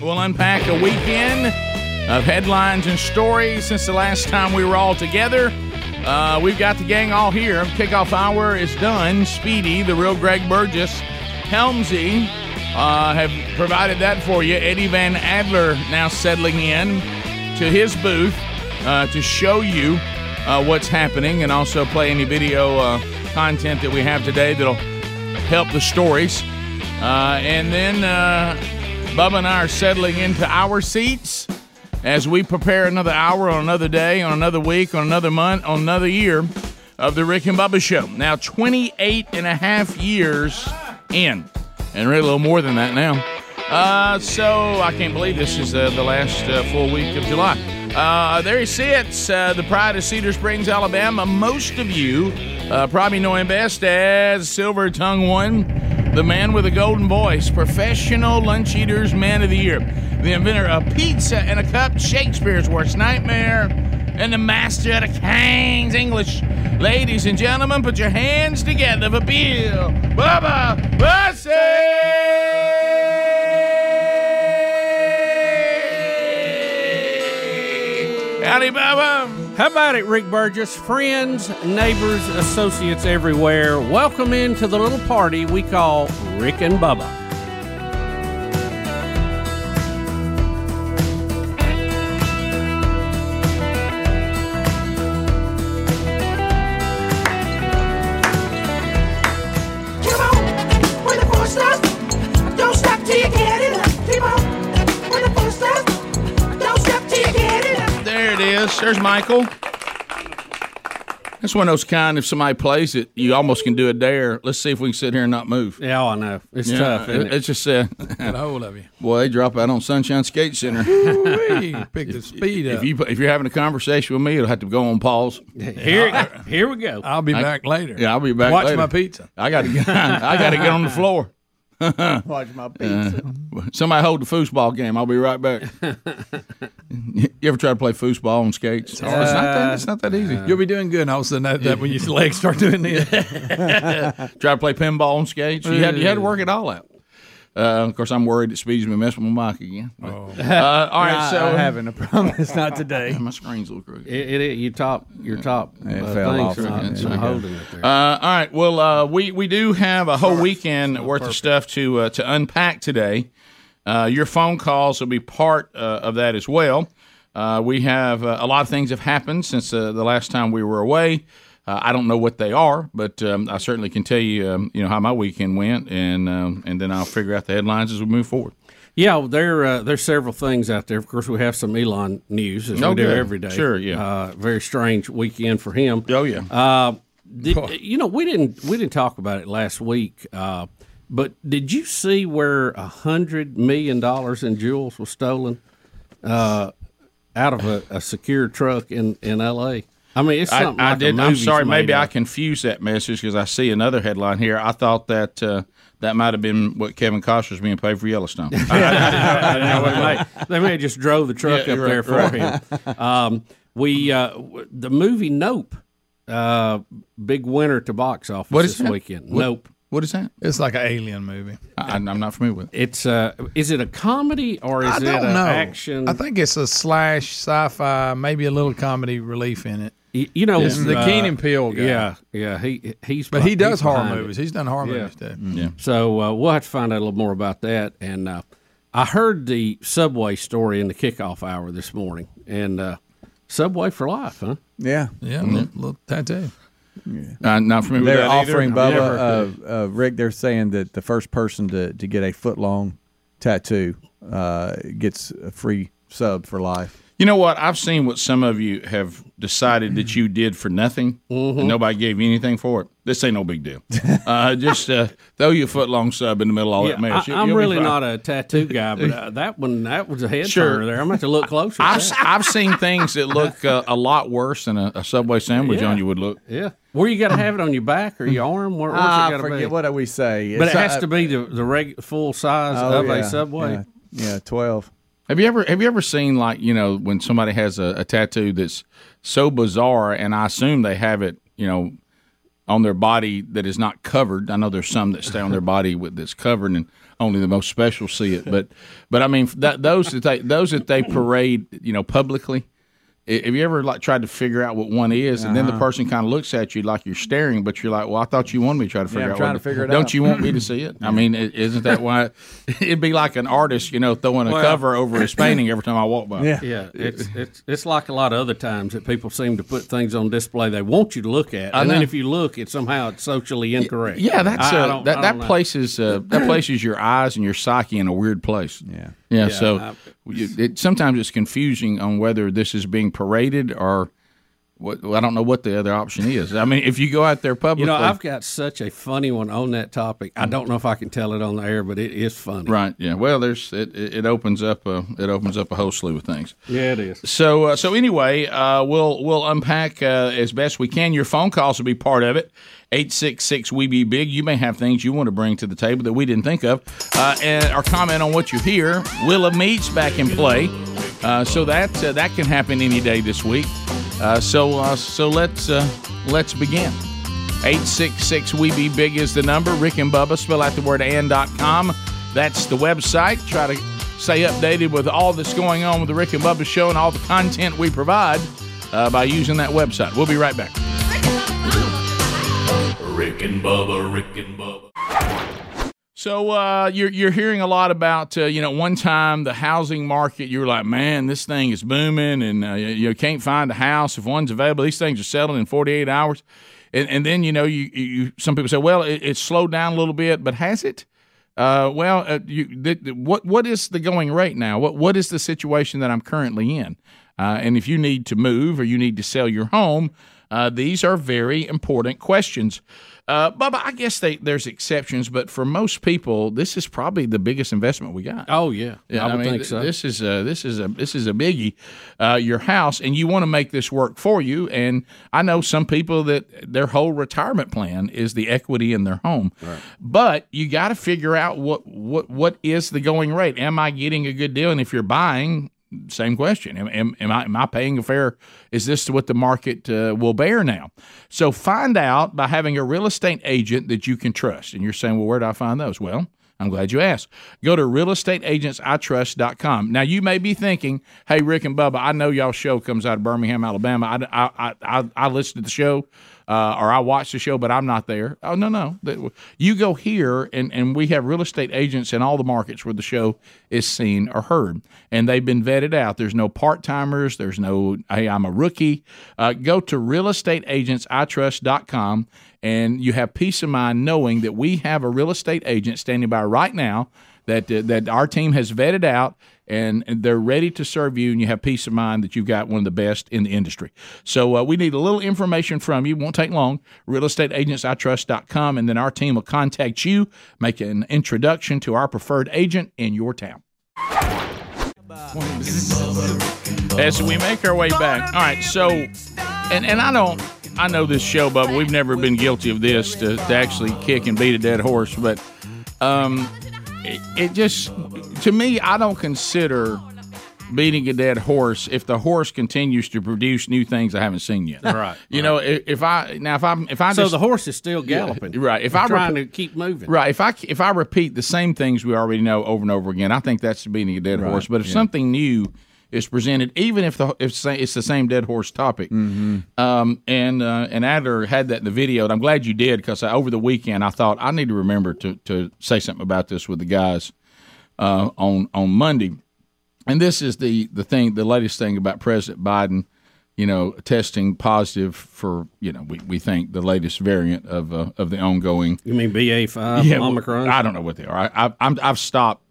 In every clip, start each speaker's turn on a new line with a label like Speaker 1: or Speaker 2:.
Speaker 1: We'll unpack a weekend of headlines and stories since the last time we were all together. Uh, we've got the gang all here. Kickoff hour is done. Speedy, the real Greg Burgess, Helmsy uh, have provided that for you. Eddie Van Adler now settling in to his booth uh, to show you uh, what's happening and also play any video uh, content that we have today that'll help the stories. Uh, and then uh, Bubba and I are settling into our seats as we prepare another hour on another day, on another week, on another month, on another year of the Rick and Bubba Show. Now, 28 and a half years in, and really a little more than that now. Uh, so I can't believe this is uh, the last uh, full week of July. Uh, there he sits, uh, the pride of Cedar Springs, Alabama. Most of you uh, probably know him best as Silver Tongue One, the man with a golden voice, professional lunch eaters, man of the year, the inventor of pizza and a cup, Shakespeare's worst nightmare and the master of the King's English. Ladies and gentlemen, put your hands together for Bill Bubba Bussey! Howdy, Bubba!
Speaker 2: How about it, Rick Burgess? Friends, neighbors, associates everywhere, welcome into the little party we call Rick and Bubba.
Speaker 3: Keep on when the fun starts. Don't stop till you get enough. Keep on when the fun starts. Don't stop till you get enough.
Speaker 1: There it is. There's Michael. That's one of those kind, if somebody plays it, you almost can do a dare. Let's see if we can sit here and not move.
Speaker 2: Yeah, I know. It's tough, isn't it?
Speaker 1: It's just, uh,
Speaker 4: Got a hold of you.
Speaker 1: boy, they drop out on Sunshine Skate Center.
Speaker 4: Whee! Pick the speed
Speaker 1: if
Speaker 4: up.
Speaker 1: you if you're having a conversation with me, it'll have to go on pause.
Speaker 2: Here, here we go.
Speaker 4: I'll be back later.
Speaker 1: Yeah, I'll be back.
Speaker 4: Watch
Speaker 1: later.
Speaker 4: my pizza.
Speaker 1: I got to get. I got to get on the floor. Uh,
Speaker 5: Watch my pizza.
Speaker 1: Somebody hold the foosball game. I'll be right back. you ever try to play foosball on skates? Uh, It's, not that. It's not that easy. You
Speaker 4: You'll be doing good. And all of a sudden, that, that when your legs start doing this,
Speaker 1: ever try to play pinball on skates? You had you had to work it all out. Uh, of course, I'm worried that Speedy's gonna mess with my mic again. But, uh, all right,
Speaker 5: I,
Speaker 1: so
Speaker 5: I haven't, I promise. Not today.
Speaker 1: my screen's a little crooked.
Speaker 2: It, it, you top, your top.
Speaker 5: It fell
Speaker 2: things
Speaker 5: off.
Speaker 2: are not-
Speaker 5: It's
Speaker 2: not
Speaker 1: okay.
Speaker 2: holding it there.
Speaker 1: Uh, all right. Well, uh, we we do have a whole weekend worth of stuff to uh, to unpack today. Uh, your phone calls will be part uh, of that as well. Uh, we have uh, a lot of things have happened since uh, the last time we were away. Uh, I don't know what they are, but um, I certainly can tell you, um, you know, how my weekend went, and um, and then I'll figure out the headlines as we move forward.
Speaker 2: Yeah, well, there uh, there's several things out there. Of course, we have some Elon news as
Speaker 1: Oh,
Speaker 2: we do
Speaker 1: good.
Speaker 2: every day.
Speaker 1: Sure, yeah.
Speaker 2: Uh, very strange weekend for him.
Speaker 1: Oh, yeah.
Speaker 2: Uh, did, you know we didn't we didn't talk about it last week, uh, but did you see where a hundred million dollars in jewels was stolen uh, out of a, a secure truck in in L.A. I mean, it's
Speaker 1: I,
Speaker 2: something.
Speaker 1: I
Speaker 2: like a
Speaker 1: did. I'm
Speaker 2: movie's
Speaker 1: sorry. Maybe
Speaker 2: made
Speaker 1: I
Speaker 2: of.
Speaker 1: confused that message because I see another headline here. I thought that uh, that might have been what Kevin Costner's being paid for Yellowstone.
Speaker 2: they may have just drove the truck
Speaker 1: Yeah,
Speaker 2: up
Speaker 1: right,
Speaker 2: there for him. Um, we uh, w- the movie Nope, uh, big winner to box office
Speaker 1: What is
Speaker 2: this
Speaker 1: that?
Speaker 2: weekend.
Speaker 1: What-
Speaker 2: Nope.
Speaker 1: What is that?
Speaker 4: it's like an alien movie.
Speaker 1: I, I'm not familiar with it.
Speaker 2: It's uh, is it a comedy or is
Speaker 4: I
Speaker 2: it
Speaker 4: don't
Speaker 2: a
Speaker 4: know.
Speaker 2: action?
Speaker 4: I think it's a slash sci-fi, maybe a little comedy relief in it.
Speaker 2: Y- you know
Speaker 4: This is the
Speaker 2: uh,
Speaker 4: Keenan Peele guy.
Speaker 2: Yeah, yeah. He he's
Speaker 4: But he does
Speaker 2: he's
Speaker 4: horror
Speaker 2: behind it.
Speaker 4: movies. He's done horror
Speaker 2: Yeah.
Speaker 4: movies too.
Speaker 2: So uh, we'll have to find out a little more about that. And uh, I heard the subway story in the kickoff hour this morning, and uh, subway for life, huh?
Speaker 5: Yeah.
Speaker 4: Yeah, little, little tattoo.
Speaker 1: Uh, not familiar
Speaker 5: They're
Speaker 1: with that either.
Speaker 5: offering
Speaker 2: Never.
Speaker 5: Bubba, uh, uh, Rick, they're saying that the first person to, to get a foot long tattoo uh, gets a free sub for life.
Speaker 1: You know what? I've seen what some of you have decided that you did for nothing,
Speaker 2: Mm-hmm.
Speaker 1: and nobody gave you anything for it. This ain't no big deal. uh, just uh, throw your foot long sub in the middle of all that mess. You-
Speaker 2: I, am
Speaker 1: you'll be
Speaker 2: really
Speaker 1: fine.
Speaker 2: not a tattoo guy, but uh, that one that was a head
Speaker 1: Sure.
Speaker 2: turner there. I'm going to have to look closer. at
Speaker 1: I've,
Speaker 2: that.
Speaker 1: I've seen things that look uh, a lot worse than a, a Subway sandwich
Speaker 2: Yeah.
Speaker 1: on you would look.
Speaker 2: yeah, where you got to have it on your back or your arm? Where, where's
Speaker 5: Ah,
Speaker 2: it got to be?
Speaker 5: forget what do we say.
Speaker 2: but it
Speaker 5: It's,
Speaker 2: has
Speaker 5: uh,
Speaker 2: to be the the reg, full size
Speaker 5: oh,
Speaker 2: of
Speaker 5: yeah,
Speaker 2: a subway.
Speaker 5: Yeah, yeah, twelve.
Speaker 1: Have you ever have you ever seen like you know when somebody has a, a tattoo that's so bizarre, and I assume they have it you know on their body that is not covered. I know there's some that stay on their body with that's covered, and only the most special see it. But but I mean that, those that they those that they parade you know publicly. i- Have you ever like tried to figure out what one is, and then
Speaker 5: Uh-huh.
Speaker 1: the person kind of looks at you like you're staring, but you're like, "Well, I thought you wanted me to try to figure
Speaker 5: I'm
Speaker 1: out."
Speaker 5: trying
Speaker 1: what
Speaker 5: to figure it
Speaker 1: Don't
Speaker 5: out.
Speaker 1: you want
Speaker 2: Mm-hmm.
Speaker 1: me to see it? I mean, i- isn't that why? It'd be like an artist, you know, throwing a cover over his painting every time I walk by.
Speaker 5: Yeah.
Speaker 2: Yeah, it's it's it's like a lot of other times that people seem to put things on display they want you to look at, and then
Speaker 1: know.
Speaker 2: if you look, it's somehow it's socially incorrect.
Speaker 1: Yeah, that's
Speaker 2: I- I
Speaker 1: uh,
Speaker 2: don't-
Speaker 1: that
Speaker 2: I
Speaker 1: that
Speaker 2: don't know.
Speaker 1: places uh, that places your eyes and your psyche in a weird place. Yeah, yeah. so
Speaker 2: I-
Speaker 1: you- it, sometimes it's confusing on whether this is being paraded or what. Well, I don't know what the other option is. I mean, if you go out there
Speaker 2: You
Speaker 1: publicly,
Speaker 2: know, I've got such a funny one on that topic. I don't know if I can tell it on the air, but it is funny.
Speaker 1: Mm. right? Yeah. Well, there's it. It it opens up a it opens up a whole slew of things.
Speaker 2: Yeah, it is.
Speaker 1: So uh, so anyway, uh, we'll we'll unpack uh, as best we can. Your phone calls will be part of it. Eight six six we be big. You may have things you want to bring to the table that we didn't think of, uh, and or comment on what you hear. Will of Meats back in play, uh, so that uh, that can happen any day this week. Uh, so uh, so let's uh, let's begin. 866 We Be Big is the number. Rick and Bubba, spell out the word and.com. That's the website. Try to stay updated with all that's going on with the Rick and Bubba show and all the content we provide uh, by using that website. We'll be right back.
Speaker 6: Rick and Bubba, Rick and Bubba.
Speaker 1: So uh, you're you're hearing a lot about uh, you know one time the housing market you were like man this thing is booming and uh, you, you can't find a house if one's available these things are selling in 48 hours and and then you know you, you you- some people say well it, it's slowed down a little bit but has it uh, well uh, you th- th- what what is the going rate now what what is the situation that I'm currently in uh, and if you need to move or you need to sell your home uh, these are very important questions. Uh, Bubba, I guess they, there's exceptions, but for most people, this is probably the biggest investment we got.
Speaker 2: Oh yeah, I would
Speaker 1: mean,
Speaker 2: think
Speaker 1: th-
Speaker 2: so.
Speaker 1: This is a this is a this is a biggie. Uh, your house, and you want to make this work for you. And I know some people that their whole retirement plan is the equity in their home, but you got to figure out what what what is the going rate. Am I getting a good deal? And if you're buying. Same question. Am, am, am I am I paying a fair? Is this what the market uh, will bear now? So find out by having a real estate agent that you can trust. And you're saying, well, where do I find those? Well, I'm glad you asked. Go to realestateagentsitrust.com. Now, you may be thinking, hey, Rick and Bubba, I know y'all show comes out of Birmingham, Alabama. I, I, I, I- I listen to the show uh, or I watch the show, but I'm not there. Oh, no, no. That- You go here, and, and we have real estate agents in all the markets where the show is seen or heard. And they've been vetted out. There's no part timers, there's no, hey, I'm a rookie. Uh, go to realestateagentsitrust.com and you have peace of mind knowing that we have a real estate agent standing by right now that uh, that our team has vetted out and and they're ready to serve you and you have peace of mind that you've got one of the best in the industry so uh, we need a little information from you won't take long realestateagentsitrust.com and then our team will contact you make an introduction to our preferred agent in your town as we make our way back. All right, so and and I don't I know this show, but we've never been guilty of this to, to actually kick and beat a dead horse, but um it, it just to me I don't consider beating a dead horse if the horse continues to produce new things I haven't seen yet.
Speaker 2: Right,
Speaker 1: You know, if, if I now if I'm if I
Speaker 2: so
Speaker 1: just
Speaker 2: the horse is still galloping.
Speaker 1: right, if
Speaker 2: It's
Speaker 1: I rep-
Speaker 2: trying to keep moving.
Speaker 1: Right. If I if I repeat the same things we already know over and over again, I think that's beating a dead horse. But if something new is presented, even if the if sa- it's the same dead horse topic, um, and uh, and Adler had that in the video, and I'm glad you did because over the weekend I thought I need to remember to to say something about this with the guys uh, on on Monday. And this is the the thing, the latest thing about President Biden, you know, testing positive for you know we, we think the latest variant of uh, of the ongoing
Speaker 2: You mean BA five
Speaker 1: well,
Speaker 2: Omicron?
Speaker 1: I don't know what they are. I, I, I'm, I've stopped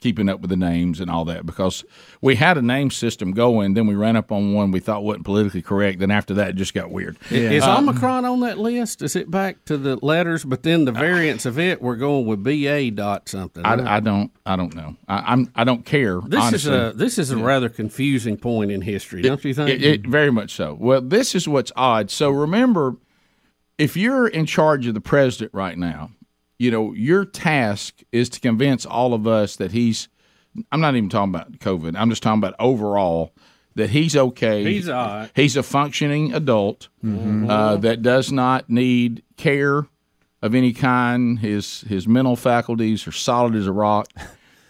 Speaker 1: keeping up with the names and all that because we had a name system going. Then we ran up on one we thought wasn't politically correct. Then after that, it just got weird.
Speaker 2: Is
Speaker 1: Uh,
Speaker 2: Omicron on that list? Is it back to the letters? But then the variants of it, we're going with BA dot something.
Speaker 1: Uh, I, I don't. I don't know. I, I'm. I don't care.
Speaker 2: this
Speaker 1: honestly.
Speaker 2: is a this is a rather confusing point in history, don't you think?
Speaker 1: It, it, very much so. Well, this is what's odd. So remember, if you're in charge of the president right now, you know your task is to convince all of us that he's. I'm not even talking about COVID. I'm just talking about overall that he's okay.
Speaker 2: He's all right. Mm-hmm.
Speaker 1: He's a functioning adult uh, that does not need care of any kind. His his mental faculties are solid as a rock.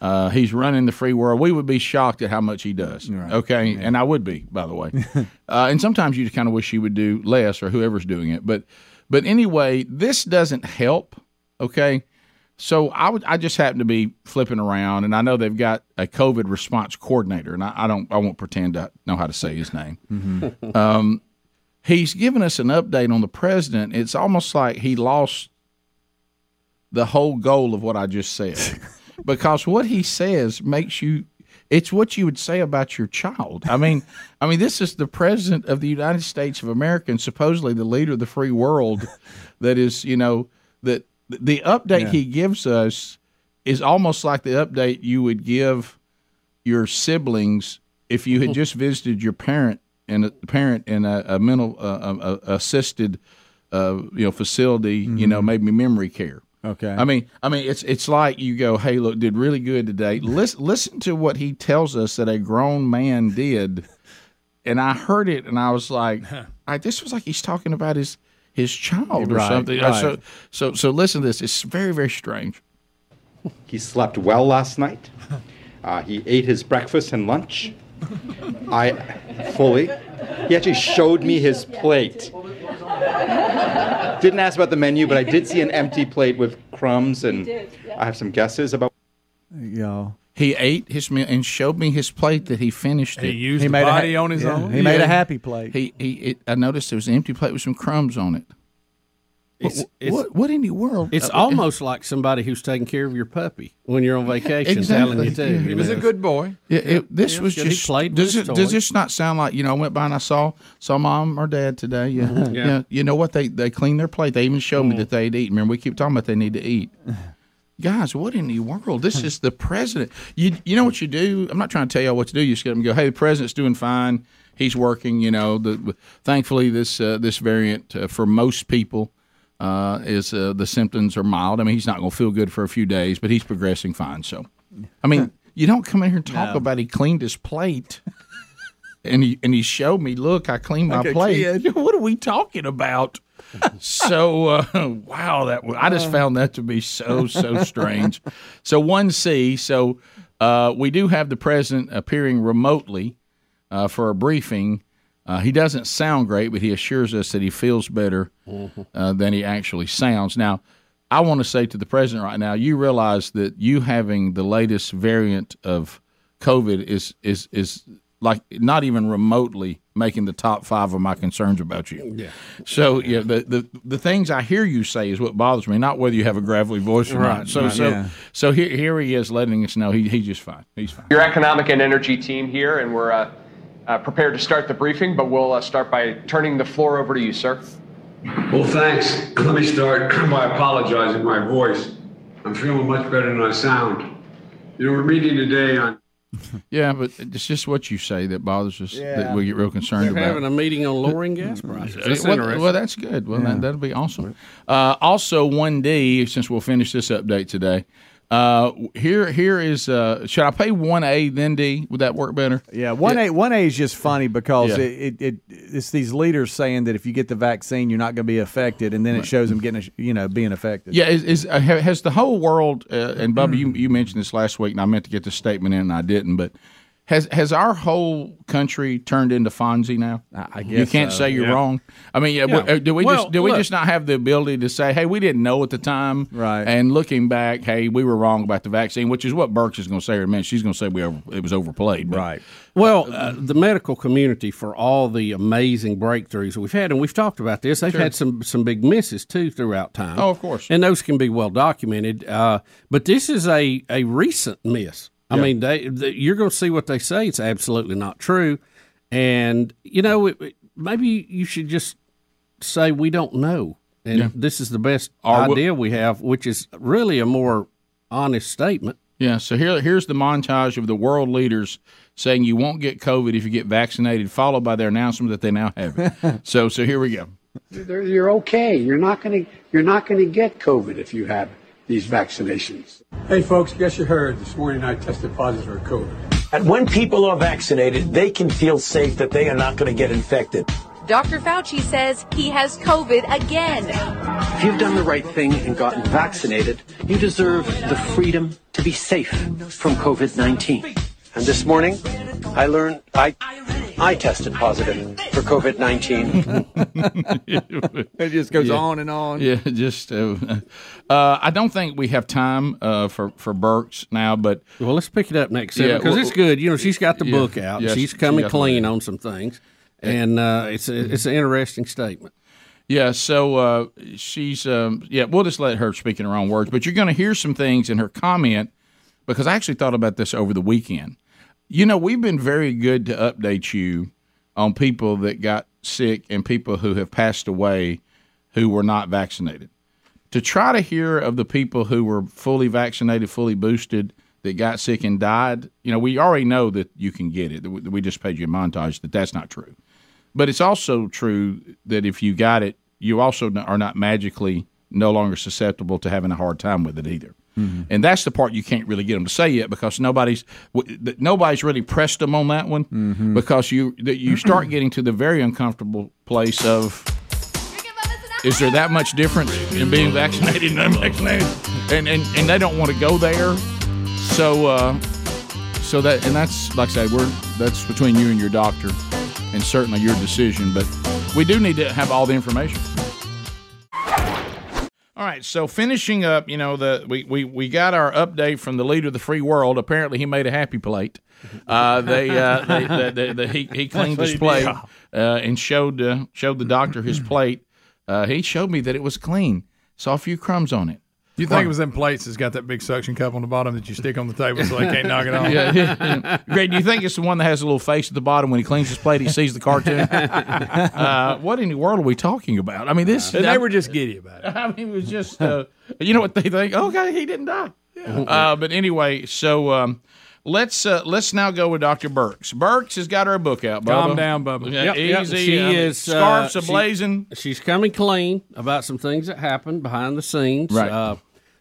Speaker 1: Uh, he's running the free world. We would be shocked at how much he does. Okay, and I would be, by the way. uh, and sometimes you kind of wish he would do less, or whoever's doing it. But but anyway, this doesn't help. Okay, so I would I just happen to be flipping around, and I know they've got a COVID response coordinator, and I, I don't I won't pretend to know how to say his name Um, he's given us an update on the president. It's almost like he lost the whole goal of what I just said because what he says makes you it's what you would say about your child. I mean, I mean this is the president of the United States of America and supposedly the leader of the free world that is, you know, that the update he gives us is almost like the update you would give your siblings if you had
Speaker 5: Mm-hmm.
Speaker 1: just visited your parent and a parent in a, a mental uh, uh, assisted uh, you know facility you know maybe memory care
Speaker 5: Mm-hmm. Okay.
Speaker 1: i mean i mean it's it's like you go hey look did really good today listen listen to what he tells us that a grown man did and i heard it and i was like I, this was like he's talking about his his child or
Speaker 5: Right,
Speaker 1: something Uh,
Speaker 5: right.
Speaker 1: so so so listen to this it's very very strange
Speaker 7: He slept well last night. Uh, he ate his breakfast and lunch. I fully. He actually showed me his plate. Didn't ask about the menu, but I did see an empty plate with crumbs, and I have some guesses about.
Speaker 5: y'all.
Speaker 1: he ate his meal and showed me his plate that he finished
Speaker 4: He
Speaker 1: it
Speaker 4: used
Speaker 5: He
Speaker 4: the
Speaker 5: made a
Speaker 4: body
Speaker 5: ha-
Speaker 4: on his
Speaker 5: yeah,
Speaker 4: own.
Speaker 5: He made a happy plate.
Speaker 1: He he. It, I noticed there was an empty plate with some crumbs on it.
Speaker 2: It's-
Speaker 1: what,
Speaker 2: it's-
Speaker 1: what? What in the world?
Speaker 2: It's almost like somebody who's taking care of your puppy when you're on vacation,
Speaker 1: Exactly.
Speaker 2: telling you to.
Speaker 1: Yeah.
Speaker 4: He was a good boy.
Speaker 1: It- it- this
Speaker 2: Yeah,
Speaker 1: was
Speaker 2: good. He
Speaker 1: just.
Speaker 2: played with
Speaker 1: does,
Speaker 2: his
Speaker 1: it- does
Speaker 2: toy.
Speaker 1: this not sound like you know? I went by and I saw saw mom or dad today. Yeah,
Speaker 2: Mm-hmm.
Speaker 1: yeah. You know what? They they cleaned their plate. They even showed
Speaker 2: Mm.
Speaker 1: me that they'd eaten. Remember, we keep talking about they need to eat. Guys, what in the world? This is the president. You you know what you do? I'm not trying to tell y'all what to do. You just get them and go, hey, the president's doing fine. He's working. You know, the, thankfully this uh, this variant uh, for most people uh, is uh, the symptoms are mild. I mean, he's not going to feel good for a few days, but he's progressing fine. So, I mean, you don't come in here and talk about he cleaned his plate. And he, and he showed me, look, I cleaned my
Speaker 5: Like a
Speaker 1: plate. What are we talking about? so uh, wow, that wa- I
Speaker 5: Uh.
Speaker 1: just found that to be so so strange. So one C. So uh, we do have the president appearing remotely uh, for a briefing. Uh, he doesn't sound great, but he assures us that he feels better uh, than he actually sounds. Now, I want to say to the president right now, you realize that you having the latest variant of COVID is is is like not even remotely making the top five of my concerns about you. Yeah. So yeah, the, the the things I hear you say is what bothers me, not whether you have a gravelly voice or not. So so
Speaker 5: yeah.
Speaker 1: so here here he is letting us know he he's just fine. He's fine.
Speaker 8: Your economic and energy team here, and we're uh, uh, prepared to start the briefing, but we'll uh, start by turning the floor over to you, sir.
Speaker 9: Well, thanks. Let me start by apologizing for my voice. I'm feeling much better than I sound. You know, we're meeting today on
Speaker 1: Yeah, but it's just what you say that bothers us that
Speaker 5: Yeah.
Speaker 1: we get real concerned
Speaker 2: They're
Speaker 1: about.
Speaker 2: having a meeting on lowering gas prices. That's
Speaker 1: well,
Speaker 2: interesting.
Speaker 1: well, that's good. Well, that, that'll be awesome. Uh, also, one D. Since we'll finish this update today, uh, here here is. Uh, should I pay one A then D? Would that work better?
Speaker 5: yeah, one A one A is just funny because
Speaker 1: Yeah.
Speaker 5: it, it, it it's these leaders saying that if you get the vaccine, you're not going to be affected, and then it shows them getting a, you know being affected.
Speaker 1: Yeah, is, is uh, ha- has the whole world uh, and Bubba,
Speaker 2: Mm.
Speaker 1: you you mentioned this last week, and I meant to get the statement in, and I didn't. But has has our whole country turned into Fonzie now? I,
Speaker 5: guess
Speaker 1: you can't
Speaker 5: so,
Speaker 1: say you're wrong. I mean, yeah, w- uh, do we
Speaker 2: Well,
Speaker 1: just do we
Speaker 2: look-
Speaker 1: just not have the ability to say, hey, we didn't know at the time,
Speaker 5: Right.
Speaker 1: And looking back, hey, we were wrong about the vaccine, which is what Burks is going to say. Or minute. she's going to say we over, it was overplayed, but- um,
Speaker 5: Right.
Speaker 2: Well, uh, the medical community for all the amazing breakthroughs we've had, and we've talked about this. They've had some some big misses too throughout time.
Speaker 1: Oh, of course.
Speaker 2: and those can be well documented. Uh, but this is a a recent miss. I I mean, they, they you're going to see what they say. It's absolutely not true, and you know, it, it- maybe you should just say we don't know, and this is the best
Speaker 1: Or we-
Speaker 2: idea we have, which is really a more honest statement.
Speaker 1: Yeah, so here, here's the montage of the world leaders saying you won't get COVID if you get vaccinated, followed by their announcement that they now have it. so, so here we go.
Speaker 10: They're- You're okay. You're not going to you're not going to get COVID if you have these vaccinations.
Speaker 9: Hey, folks, guess you heard. This morning I tested positive for COVID.
Speaker 11: And when people are vaccinated, they can feel safe that they are not going to get infected.
Speaker 12: Dr. Fauci says he has COVID again.
Speaker 13: If you've done the right thing and gotten vaccinated, you deserve the freedom to be safe from COVID 19. And this morning, I learned I, I tested positive for COVID 19.
Speaker 1: it
Speaker 5: just goes on and on.
Speaker 1: Yeah, just uh, uh, I don't think we have time uh, for for Burks now, but
Speaker 2: well, let's pick it up next because it's good. You know, she's got the
Speaker 1: yeah,
Speaker 2: book out.
Speaker 1: yes,
Speaker 2: she's
Speaker 1: she
Speaker 2: coming
Speaker 1: definitely
Speaker 2: clean on some things, and uh, it's a, it's an interesting statement.
Speaker 1: Yeah, so uh, she's um, yeah. We'll just let her speak in her own words, but you're going to hear some things in her comment because I actually thought about this over the weekend. You know, we've been very good to update you on people that got sick and people who have passed away who were not vaccinated. To try to hear of the people who were fully vaccinated, fully boosted, that got sick and died, you know, we already know that you can get it. We we just paid you a montage that that's not true. But it's also true that if you got it, you also n- are not magically no longer susceptible to having a hard time with it either. And that's the part you can't really get them to say yet because nobody's w- th- nobody's really pressed them on that one because you that you start getting to the very uncomfortable place of is there that much difference in being vaccinated and unvaccinated and and, and they don't want to go there so uh, so that and that's like I said we're that's between you and your doctor and certainly your decision but we do need to have all the information all right, so finishing up, you know, the we, we, we got our update from the leader of the free world. Apparently, he made a happy plate. Uh, they, uh, they, the the the- he, he cleaned
Speaker 2: That's
Speaker 1: his
Speaker 2: what he
Speaker 1: plate
Speaker 2: did.
Speaker 1: uh, and showed uh, showed the doctor his plate. Uh, he showed me that it was clean. Saw a few crumbs on it.
Speaker 4: You think it was them plates that's got that big suction cup on the bottom that you stick on the table so they can't knock it off?
Speaker 1: Yeah. Greg, do you think it's the one that has a little face at the bottom when he cleans his plate? He sees the cartoon. uh, what in the world are we talking about? I mean, this
Speaker 4: And they were just giddy about
Speaker 1: it. I mean, it was just uh, you know what they think. Okay, he didn't die. Uh, but anyway, so um, let's uh, let's now go with Dr. Burks. Burks has got her book out.
Speaker 4: Calm
Speaker 1: Bubba.
Speaker 4: down, Bubba.
Speaker 1: Yeah,
Speaker 2: Yep, yep.
Speaker 1: easy.
Speaker 2: She
Speaker 1: uh,
Speaker 2: is
Speaker 1: scarfs
Speaker 2: uh, she-
Speaker 1: ablazing.
Speaker 2: she's coming clean about some things that happened behind the scenes.
Speaker 1: Right.
Speaker 2: Uh,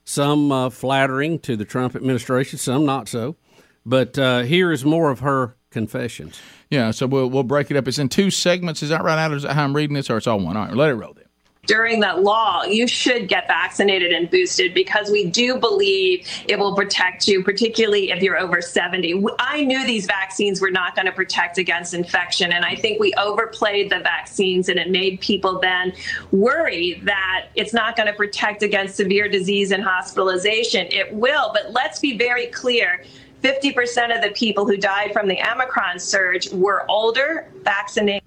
Speaker 2: some uh, flattering to the Trump administration, some not so. But uh, here is more of her confessions.
Speaker 1: yeah, so we'll we'll break it up. It's in two segments. Is that right? Adam? Is that how I'm reading this, or it's all one? All right, let it roll. Then.
Speaker 14: during that law, you should get vaccinated and boosted because we do believe it will protect you, particularly if you're over 70. W- I knew these vaccines were not going to protect against infection. And I think we overplayed the vaccines and it made people then worry that it's not going to protect against severe disease and hospitalization. It will, but let's be very clear. 50% of the people who died from the Omicron surge were older, vaccinated.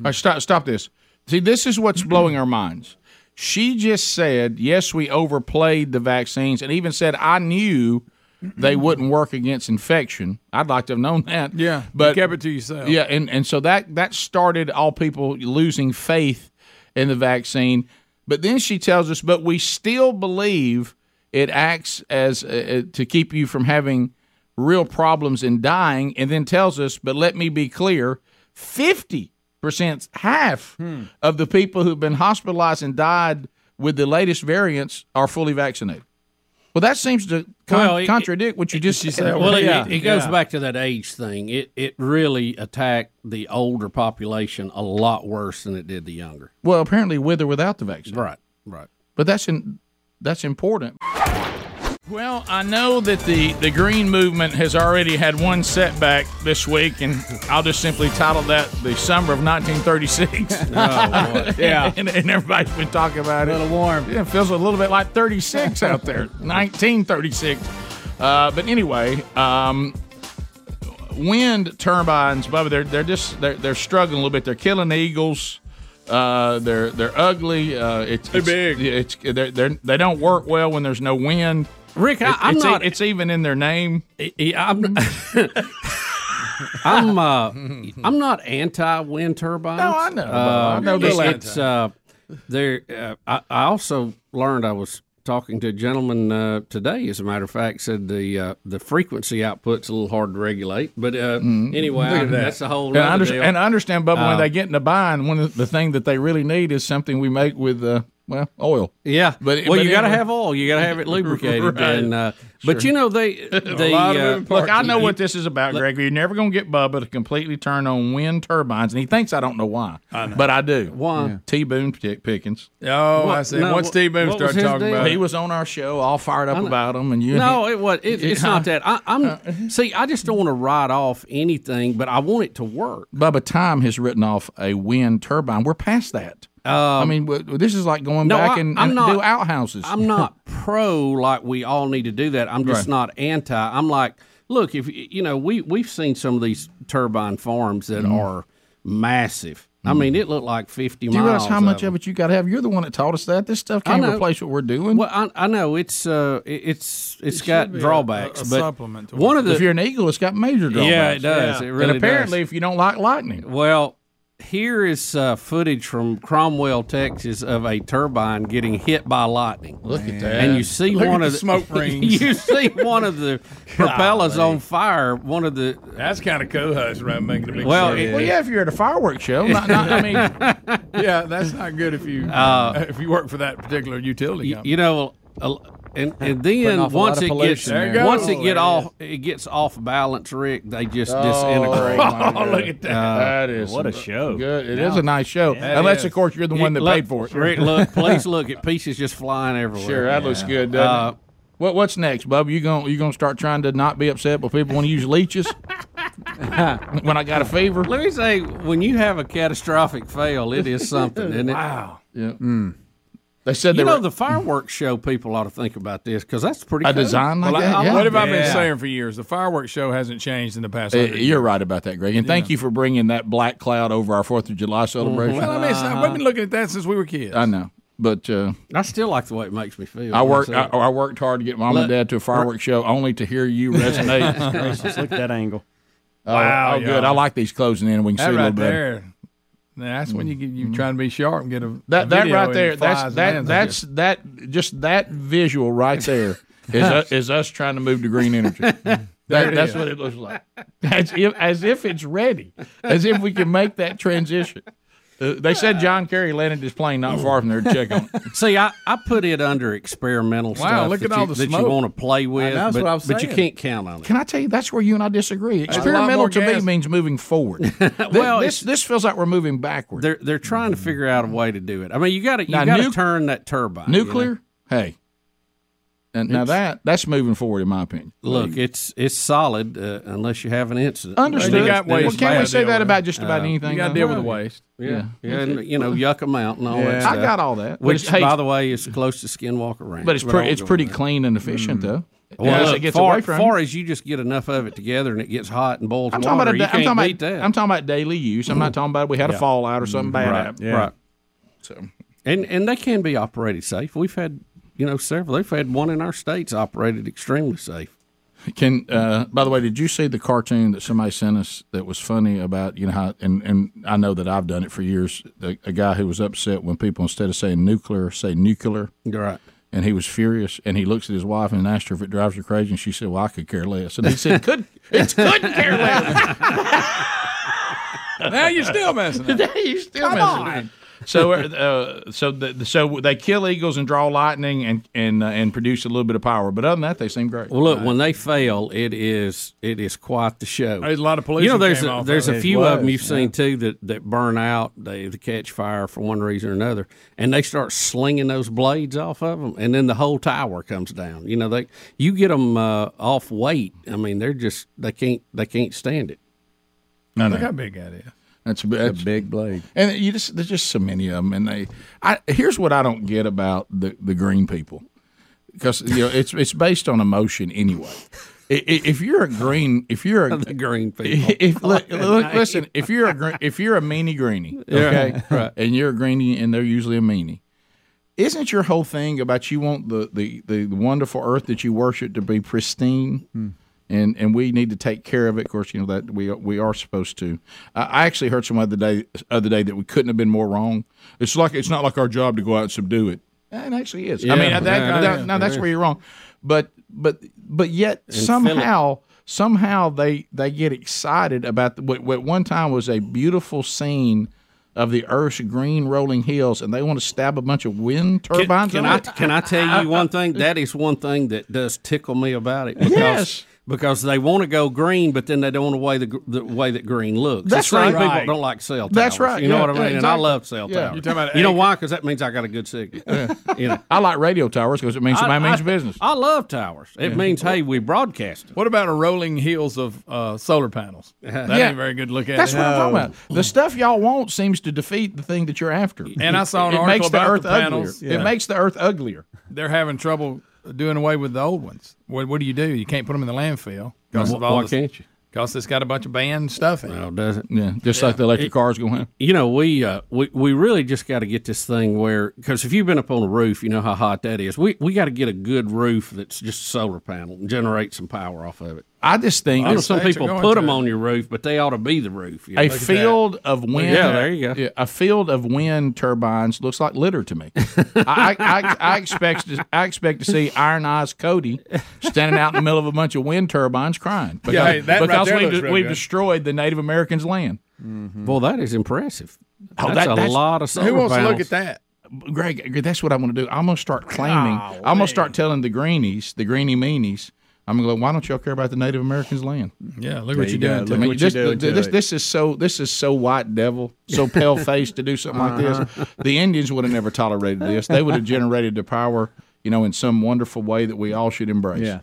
Speaker 1: All right, stop, stop this. See, this is what's blowing our minds. She just said, yes, we overplayed the vaccines and even said, I knew they wouldn't work against infection. I'd like to have known that.
Speaker 4: Yeah,
Speaker 1: But
Speaker 4: you kept it to yourself.
Speaker 1: yeah, and, and so that that started all people losing faith in the vaccine. But then she tells us, but we still believe it acts as uh, to keep you from having real problems and dying. And then tells us, but let me be clear, fifty percent, half
Speaker 2: Hmm.
Speaker 1: of the people who've been hospitalized and died with the latest variants are fully vaccinated. Well, that seems to con-
Speaker 2: Well, it-
Speaker 1: contradict what you just said.
Speaker 2: Well, it- it, it goes back to that age thing. It it really attacked the older population a lot worse than it did the younger.
Speaker 1: Well, apparently with or without the vaccine. Right.
Speaker 2: Right.
Speaker 1: But that's in, that's important. Well, I know that the, the green movement has already had one setback this week, and I'll just simply title that the summer of 1936.
Speaker 3: Oh, boy. Yeah.
Speaker 1: and, and everybody's been talking about it. A little warm. Yeah, it feels a little bit like 36 out there, 1936. Uh, but anyway, um, wind turbines, Bubba, they're they're just they're, they're struggling a little bit. They're killing the eagles. Uh, they're they're ugly. Uh, it's too big. It's they're, they're, they don't work well when there's no wind.
Speaker 2: Rick, I,
Speaker 1: It-
Speaker 2: I'm
Speaker 1: it's e-
Speaker 2: not.
Speaker 1: it's even in their name.
Speaker 2: I'm.
Speaker 1: Mm.
Speaker 2: I'm. Uh, I'm not anti wind turbines.
Speaker 1: No, I know, Bob. I know
Speaker 2: it's-
Speaker 1: this-
Speaker 2: It's uh, there. Uh, I, I also learned I was talking to a gentleman uh, today, as a matter of fact, said the uh, the frequency output's a little hard to regulate. But uh, anyway,
Speaker 1: Mm. Look
Speaker 2: I,
Speaker 1: at that.
Speaker 2: that's a whole.
Speaker 1: And I,
Speaker 2: nother
Speaker 1: under-
Speaker 2: deal.
Speaker 1: and I understand, Bubba,
Speaker 2: Uh,
Speaker 1: when they get in a bind, one of the thing that they really need is something we make with, uh, well, oil.
Speaker 2: Yeah,
Speaker 1: But
Speaker 2: well,
Speaker 1: but
Speaker 2: you got to
Speaker 1: anyway-
Speaker 2: have oil. You got to have it lubricated.
Speaker 1: Right.
Speaker 2: And uh, but
Speaker 1: Sure.
Speaker 2: you know they they uh,
Speaker 1: look. I know what this is about, Greg. You're never going to get Bubba to completely turn on wind turbines, and he thinks I don't know why,
Speaker 2: I know.
Speaker 1: but I do.
Speaker 2: Why? Yeah.
Speaker 1: T Boone Pick- Pickens.
Speaker 4: Oh, I see. Once T Boone started talking about
Speaker 1: he
Speaker 4: it.
Speaker 1: was on our show, all fired
Speaker 2: Uh, I
Speaker 1: up
Speaker 2: know.
Speaker 1: about him, and you.
Speaker 2: No, it was. It, it's
Speaker 1: Yeah.
Speaker 2: not that. I,
Speaker 1: Mm-hmm.
Speaker 2: I'm see. I just don't want to write off anything, but I want it to work.
Speaker 1: Bubba Time has written off a wind turbine. We're past that. I mean, w- w- this is like going
Speaker 2: Um, no,
Speaker 1: back
Speaker 2: I-
Speaker 1: and,
Speaker 2: I'm
Speaker 1: and
Speaker 2: not-
Speaker 1: do outhouses.
Speaker 2: I'm not pro like we all need to do that. I'm just
Speaker 1: Right.
Speaker 2: not anti. I'm like, look, if you know, we we've seen some of these turbine farms that
Speaker 1: Mm.
Speaker 2: are massive. I mean, it looked like fifty
Speaker 1: Mm-hmm. Do you
Speaker 2: miles.
Speaker 1: realize how much of it you got to have? You're the one that taught us that. This stuff
Speaker 2: I
Speaker 1: can't
Speaker 2: know.
Speaker 1: replace what we're doing.
Speaker 2: Well, I, I know it's uh, it- it's it's
Speaker 1: It
Speaker 2: got
Speaker 1: should be a-
Speaker 2: drawbacks,
Speaker 1: a
Speaker 2: but
Speaker 1: supplement to
Speaker 2: one
Speaker 1: it.
Speaker 2: of the
Speaker 1: If you're an eagle, it's got major
Speaker 2: Yeah, it
Speaker 1: drawbacks.
Speaker 2: does.
Speaker 1: Yeah.
Speaker 2: It
Speaker 1: And
Speaker 2: really
Speaker 1: apparently,
Speaker 2: does.
Speaker 1: if you don't like lightning,
Speaker 2: well, here is uh, footage from Cromwell, Texas, of a turbine getting hit by lightning. Look
Speaker 1: at
Speaker 4: that.
Speaker 2: And you see
Speaker 4: Look at
Speaker 2: one
Speaker 4: the
Speaker 2: of the
Speaker 4: smoke rings.
Speaker 2: you see one of the propellers
Speaker 4: Golly.
Speaker 2: on fire. One of the
Speaker 4: That's kind of co-host, right? Making a big
Speaker 2: Well,
Speaker 4: scene.
Speaker 2: it- Well, yeah,
Speaker 1: if you're at a fireworks show, not- not- I mean-
Speaker 4: yeah, that's not good if you
Speaker 2: Uh,
Speaker 4: if you work for that particular utility
Speaker 2: you,
Speaker 4: company.
Speaker 2: you know, a- and and
Speaker 4: Putting
Speaker 2: then
Speaker 4: off a
Speaker 2: once
Speaker 4: lot
Speaker 2: it
Speaker 4: of
Speaker 2: gets
Speaker 4: pollution there.
Speaker 2: once
Speaker 4: There
Speaker 2: it
Speaker 4: you
Speaker 2: get
Speaker 4: go.
Speaker 2: off it gets off balance, Rick, they just
Speaker 1: Oh,
Speaker 2: disintegrate.
Speaker 1: my God. Look at that. That is some good- it is a nice show. Yeah. Unless, of course, you're the one that
Speaker 2: look,
Speaker 1: paid for it.
Speaker 2: Rick, look, please look at pieces just flying everywhere.
Speaker 1: Sure, that looks good. Doesn't
Speaker 2: Uh,
Speaker 1: it? What What's next, Bub? You gonna You gonna start trying to not be upset, but people want to use leeches? when I got a fever.
Speaker 2: Let me say, when you have a catastrophic fail, it is something, isn't it? Wow.
Speaker 1: Yeah. They said
Speaker 2: you
Speaker 1: they
Speaker 2: know
Speaker 1: were-
Speaker 2: the fireworks show people ought to think about this because that's pretty.
Speaker 1: A
Speaker 2: cool.
Speaker 1: design like that? Yeah.
Speaker 4: What have I been
Speaker 1: Yeah.
Speaker 4: saying for years? The fireworks show hasn't changed in the past.
Speaker 1: Uh,
Speaker 4: 100 years.
Speaker 1: you're right about that, Greg. And thank you for bringing that black cloud over our Fourth of July celebration.
Speaker 4: Well, I mean, it's not- we've been looking at that since we were kids.
Speaker 1: Uh-huh. I know, but uh,
Speaker 2: I still like the way it makes me feel.
Speaker 1: I worked. I,
Speaker 2: myself.
Speaker 1: I worked hard to get mom
Speaker 2: Look-
Speaker 1: and dad to a fireworks show, only to hear you
Speaker 4: Oh,
Speaker 1: resonate.
Speaker 15: Gracious, look at that angle.
Speaker 1: Oh,
Speaker 4: Wow,
Speaker 1: oh, good.
Speaker 4: y'all.
Speaker 1: I like these closing in. We can
Speaker 4: that
Speaker 1: see a
Speaker 4: right
Speaker 1: little better.
Speaker 4: there. Now, that's when you get you trying to be sharp and get a
Speaker 1: That that
Speaker 4: video
Speaker 1: right
Speaker 4: and
Speaker 1: there.
Speaker 4: it
Speaker 1: That's
Speaker 4: flies
Speaker 1: that
Speaker 4: and lands
Speaker 1: that's that just that visual right there is us, is us trying to move to green energy. That,
Speaker 4: There it
Speaker 1: that's
Speaker 4: is.
Speaker 1: what it looks like. As if as if it's ready, as if we can make that transition. Uh, they said John Kerry landed his plane not far from there to check on. it.
Speaker 2: See, I, I put it under experimental stuff
Speaker 1: look at
Speaker 2: that,
Speaker 1: all the
Speaker 2: you, that you
Speaker 1: smoke.
Speaker 2: want to play with,
Speaker 1: that's
Speaker 2: but,
Speaker 1: what I'm
Speaker 2: but you
Speaker 1: saying.
Speaker 2: can't count on it.
Speaker 1: Can I tell you that's where you and I disagree?
Speaker 2: That's a lot
Speaker 1: Experimental
Speaker 2: more
Speaker 1: to
Speaker 2: gas.
Speaker 1: me means moving forward. well,
Speaker 2: Well,
Speaker 1: this this feels like we're moving backward.
Speaker 2: They're they're trying to figure out a way to do it. I mean, you got to you
Speaker 1: Now,
Speaker 2: got to
Speaker 1: nuc-
Speaker 2: turn that turbine. you know?
Speaker 1: Nuclear, hey. And now
Speaker 2: It's-
Speaker 1: that that's moving forward in my opinion.
Speaker 2: Look, it's it's solid uh, unless you have an incident.
Speaker 1: Understood.
Speaker 2: Then
Speaker 1: You got
Speaker 2: it's- then
Speaker 1: waste.
Speaker 2: it's
Speaker 1: Well, can't we
Speaker 2: bad.
Speaker 1: say that about just about
Speaker 2: Uh,
Speaker 1: anything, You gotta though? deal with the waste.
Speaker 2: Yeah,
Speaker 1: Yeah.
Speaker 2: yeah, and you know Yucca Mountain, all
Speaker 1: Yeah.
Speaker 2: that. Stuff,
Speaker 1: I got all that. But
Speaker 2: Which,
Speaker 1: it's- hey-
Speaker 2: by the way, is close to Skinwalker Ranch.
Speaker 1: But it's
Speaker 2: I
Speaker 1: pretty
Speaker 2: won't
Speaker 1: it's
Speaker 2: go
Speaker 1: pretty
Speaker 2: there.
Speaker 1: clean and efficient though.
Speaker 2: Hmm. Well,
Speaker 1: As
Speaker 2: look,
Speaker 1: it gets
Speaker 2: far,
Speaker 1: away from
Speaker 2: far as you just get enough of it together and it gets hot and boils
Speaker 1: I'm talking
Speaker 2: water,
Speaker 1: about a
Speaker 2: you
Speaker 1: da- I'm
Speaker 2: can't
Speaker 1: talking
Speaker 2: beat
Speaker 1: about
Speaker 2: that.
Speaker 1: I'm talking about daily use. I'm not talking about we had
Speaker 2: Yeah.
Speaker 1: a fallout or something bad
Speaker 2: Right,
Speaker 1: happened.
Speaker 2: right.
Speaker 1: So
Speaker 2: And and they can be operated safe. We've had you know several. They've had one in our states operated extremely safe.
Speaker 1: Can uh, by the way, did you see the cartoon that somebody sent us that was funny about you know how and and I know that I've done it for years. A, a guy who was upset when people instead of saying nuclear say nuclear,
Speaker 2: right?
Speaker 1: And he was furious, and he looks at his wife and asked her if it drives her crazy, and she said, "Well, I could care less." And he said, "Could it couldn't care less."
Speaker 4: now you're still messing up.
Speaker 1: now you're still
Speaker 4: Come
Speaker 1: messing
Speaker 4: on.
Speaker 1: so uh, so the, so they kill eagles and draw lightning and and uh, and produce a little bit of power, but other than that, they seem great.
Speaker 2: Well, look, when they fail, it is it is quite the show.
Speaker 1: There's a lot of
Speaker 2: You know,
Speaker 1: pollution
Speaker 2: there's
Speaker 1: came
Speaker 2: a,
Speaker 1: off
Speaker 2: there's
Speaker 1: of
Speaker 2: a
Speaker 1: it.
Speaker 2: few
Speaker 1: It
Speaker 2: of them
Speaker 1: was,
Speaker 2: you've seen too that, that burn out. They, they catch fire for one reason or another, and they start slinging those blades off of them, and then the whole tower comes down. You know, they you get them uh, off weight. I mean, they're just they can't they can't stand it.
Speaker 1: I know.
Speaker 4: Look how big that is.
Speaker 1: That's, a big blade, and you just there's just so many of them. And they, I here's what I don't get about the the green people, because you know it's it's based on emotion anyway. I- i- If you're a green, if you're a
Speaker 2: the green people,
Speaker 1: if, look, look, listen, if you're a green, if you're a meanie greenie,
Speaker 2: Yeah,
Speaker 1: okay,
Speaker 2: right.
Speaker 1: and you're a greenie, and they're usually a meanie, Isn't your whole thing about you want the, the, the wonderful earth that you worship to be pristine?
Speaker 2: Hmm.
Speaker 1: And, and we need to take care of it. Of course, you know that we we are supposed to. I I actually heard someone the day other day that we couldn't have been more wrong. It's like it's not like our job to go out and subdue it. It actually is. I mean, that, that- now that's where you're wrong. But but but yet
Speaker 4: And fill it.
Speaker 1: somehow somehow they they get excited about the, what, what one time was a beautiful scene of the Earth's green rolling hills, and they want to stab a bunch of wind
Speaker 2: Can,
Speaker 1: turbines.
Speaker 2: can
Speaker 1: on
Speaker 2: I
Speaker 1: it?
Speaker 2: can I tell you one thing? That is one thing that does tickle me about it. Because,
Speaker 1: Yes.
Speaker 2: Because they want to go green, but then they don't want to way the, gr- the way that green looks.
Speaker 1: That's
Speaker 2: the same
Speaker 1: right.
Speaker 2: People don't like cell towers.
Speaker 1: That's right.
Speaker 2: You know
Speaker 1: Yeah,
Speaker 2: what I mean?
Speaker 1: yeah,
Speaker 2: And I
Speaker 1: exactly.
Speaker 2: love cell
Speaker 1: Yeah.
Speaker 2: towers.
Speaker 1: You're talking about
Speaker 2: you know
Speaker 1: egg-
Speaker 2: why? Because that means I got a good signal. you know.
Speaker 1: I like radio towers because it means
Speaker 2: I-
Speaker 1: somebody
Speaker 2: I-
Speaker 1: means business.
Speaker 2: I love towers. It
Speaker 1: Yeah.
Speaker 2: means hey, we broadcast.
Speaker 4: What about a rolling hills of uh, solar panels? That ain't very good to look at.
Speaker 1: Uh-huh. That's what I'm talking about. The stuff y'all want seems to defeat the thing that you're after.
Speaker 4: And I saw an
Speaker 1: it
Speaker 4: article
Speaker 1: makes the
Speaker 4: about
Speaker 1: earth
Speaker 4: the panels.
Speaker 1: uglier.
Speaker 4: Yeah.
Speaker 1: It makes the earth uglier.
Speaker 4: They're having trouble doing away with the old ones. What, what do you do? You can't put them in the landfill
Speaker 2: Why- why can't
Speaker 4: you? Because it's got a bunch of banned stuff in it.
Speaker 2: Well, does it?
Speaker 1: Yeah, just like the electric cars going. in.
Speaker 2: You know, we uh, we we really just got to get this thing where because if you've been up on a roof, you know how hot that is. We we got to get a good roof that's just a solar panel and generate some power off of it.
Speaker 1: I just think
Speaker 2: I know some people put them on your roof, but they ought to be the roof. you
Speaker 1: a
Speaker 2: know?
Speaker 1: field of wind.
Speaker 2: Yeah, there you go.
Speaker 1: yeah, a field of wind turbines looks like litter to me. I, I, I, I expect to, I expect to see Iron Eyes Cody standing out in the middle of a bunch of wind turbines crying because,
Speaker 4: Yeah, hey, that right
Speaker 1: because
Speaker 4: there
Speaker 1: we've,
Speaker 4: looks
Speaker 1: de-
Speaker 4: real
Speaker 1: we've
Speaker 4: good.
Speaker 1: destroyed the Native Americans' land.
Speaker 2: Well, that is impressive.
Speaker 1: Oh,
Speaker 2: that's
Speaker 1: that-
Speaker 2: a lot of solar
Speaker 4: Who wants to
Speaker 2: panels.
Speaker 4: look at that?
Speaker 1: Greg, that's what I'm going to do. I'm going to start claiming. I'm going to start telling the greenies, the greenie meanies. I'm going to go. Why don't y'all care about the Native Americans' land?
Speaker 4: Yeah, look what you're doing. to
Speaker 1: I mean,
Speaker 4: it.
Speaker 1: this, this, this is so this is so white devil, so pale faced to do something like
Speaker 4: Uh-huh.
Speaker 1: this. The Indians would have never tolerated this. They would have generated the power, you know, in some wonderful way that we all should embrace.
Speaker 5: Yeah.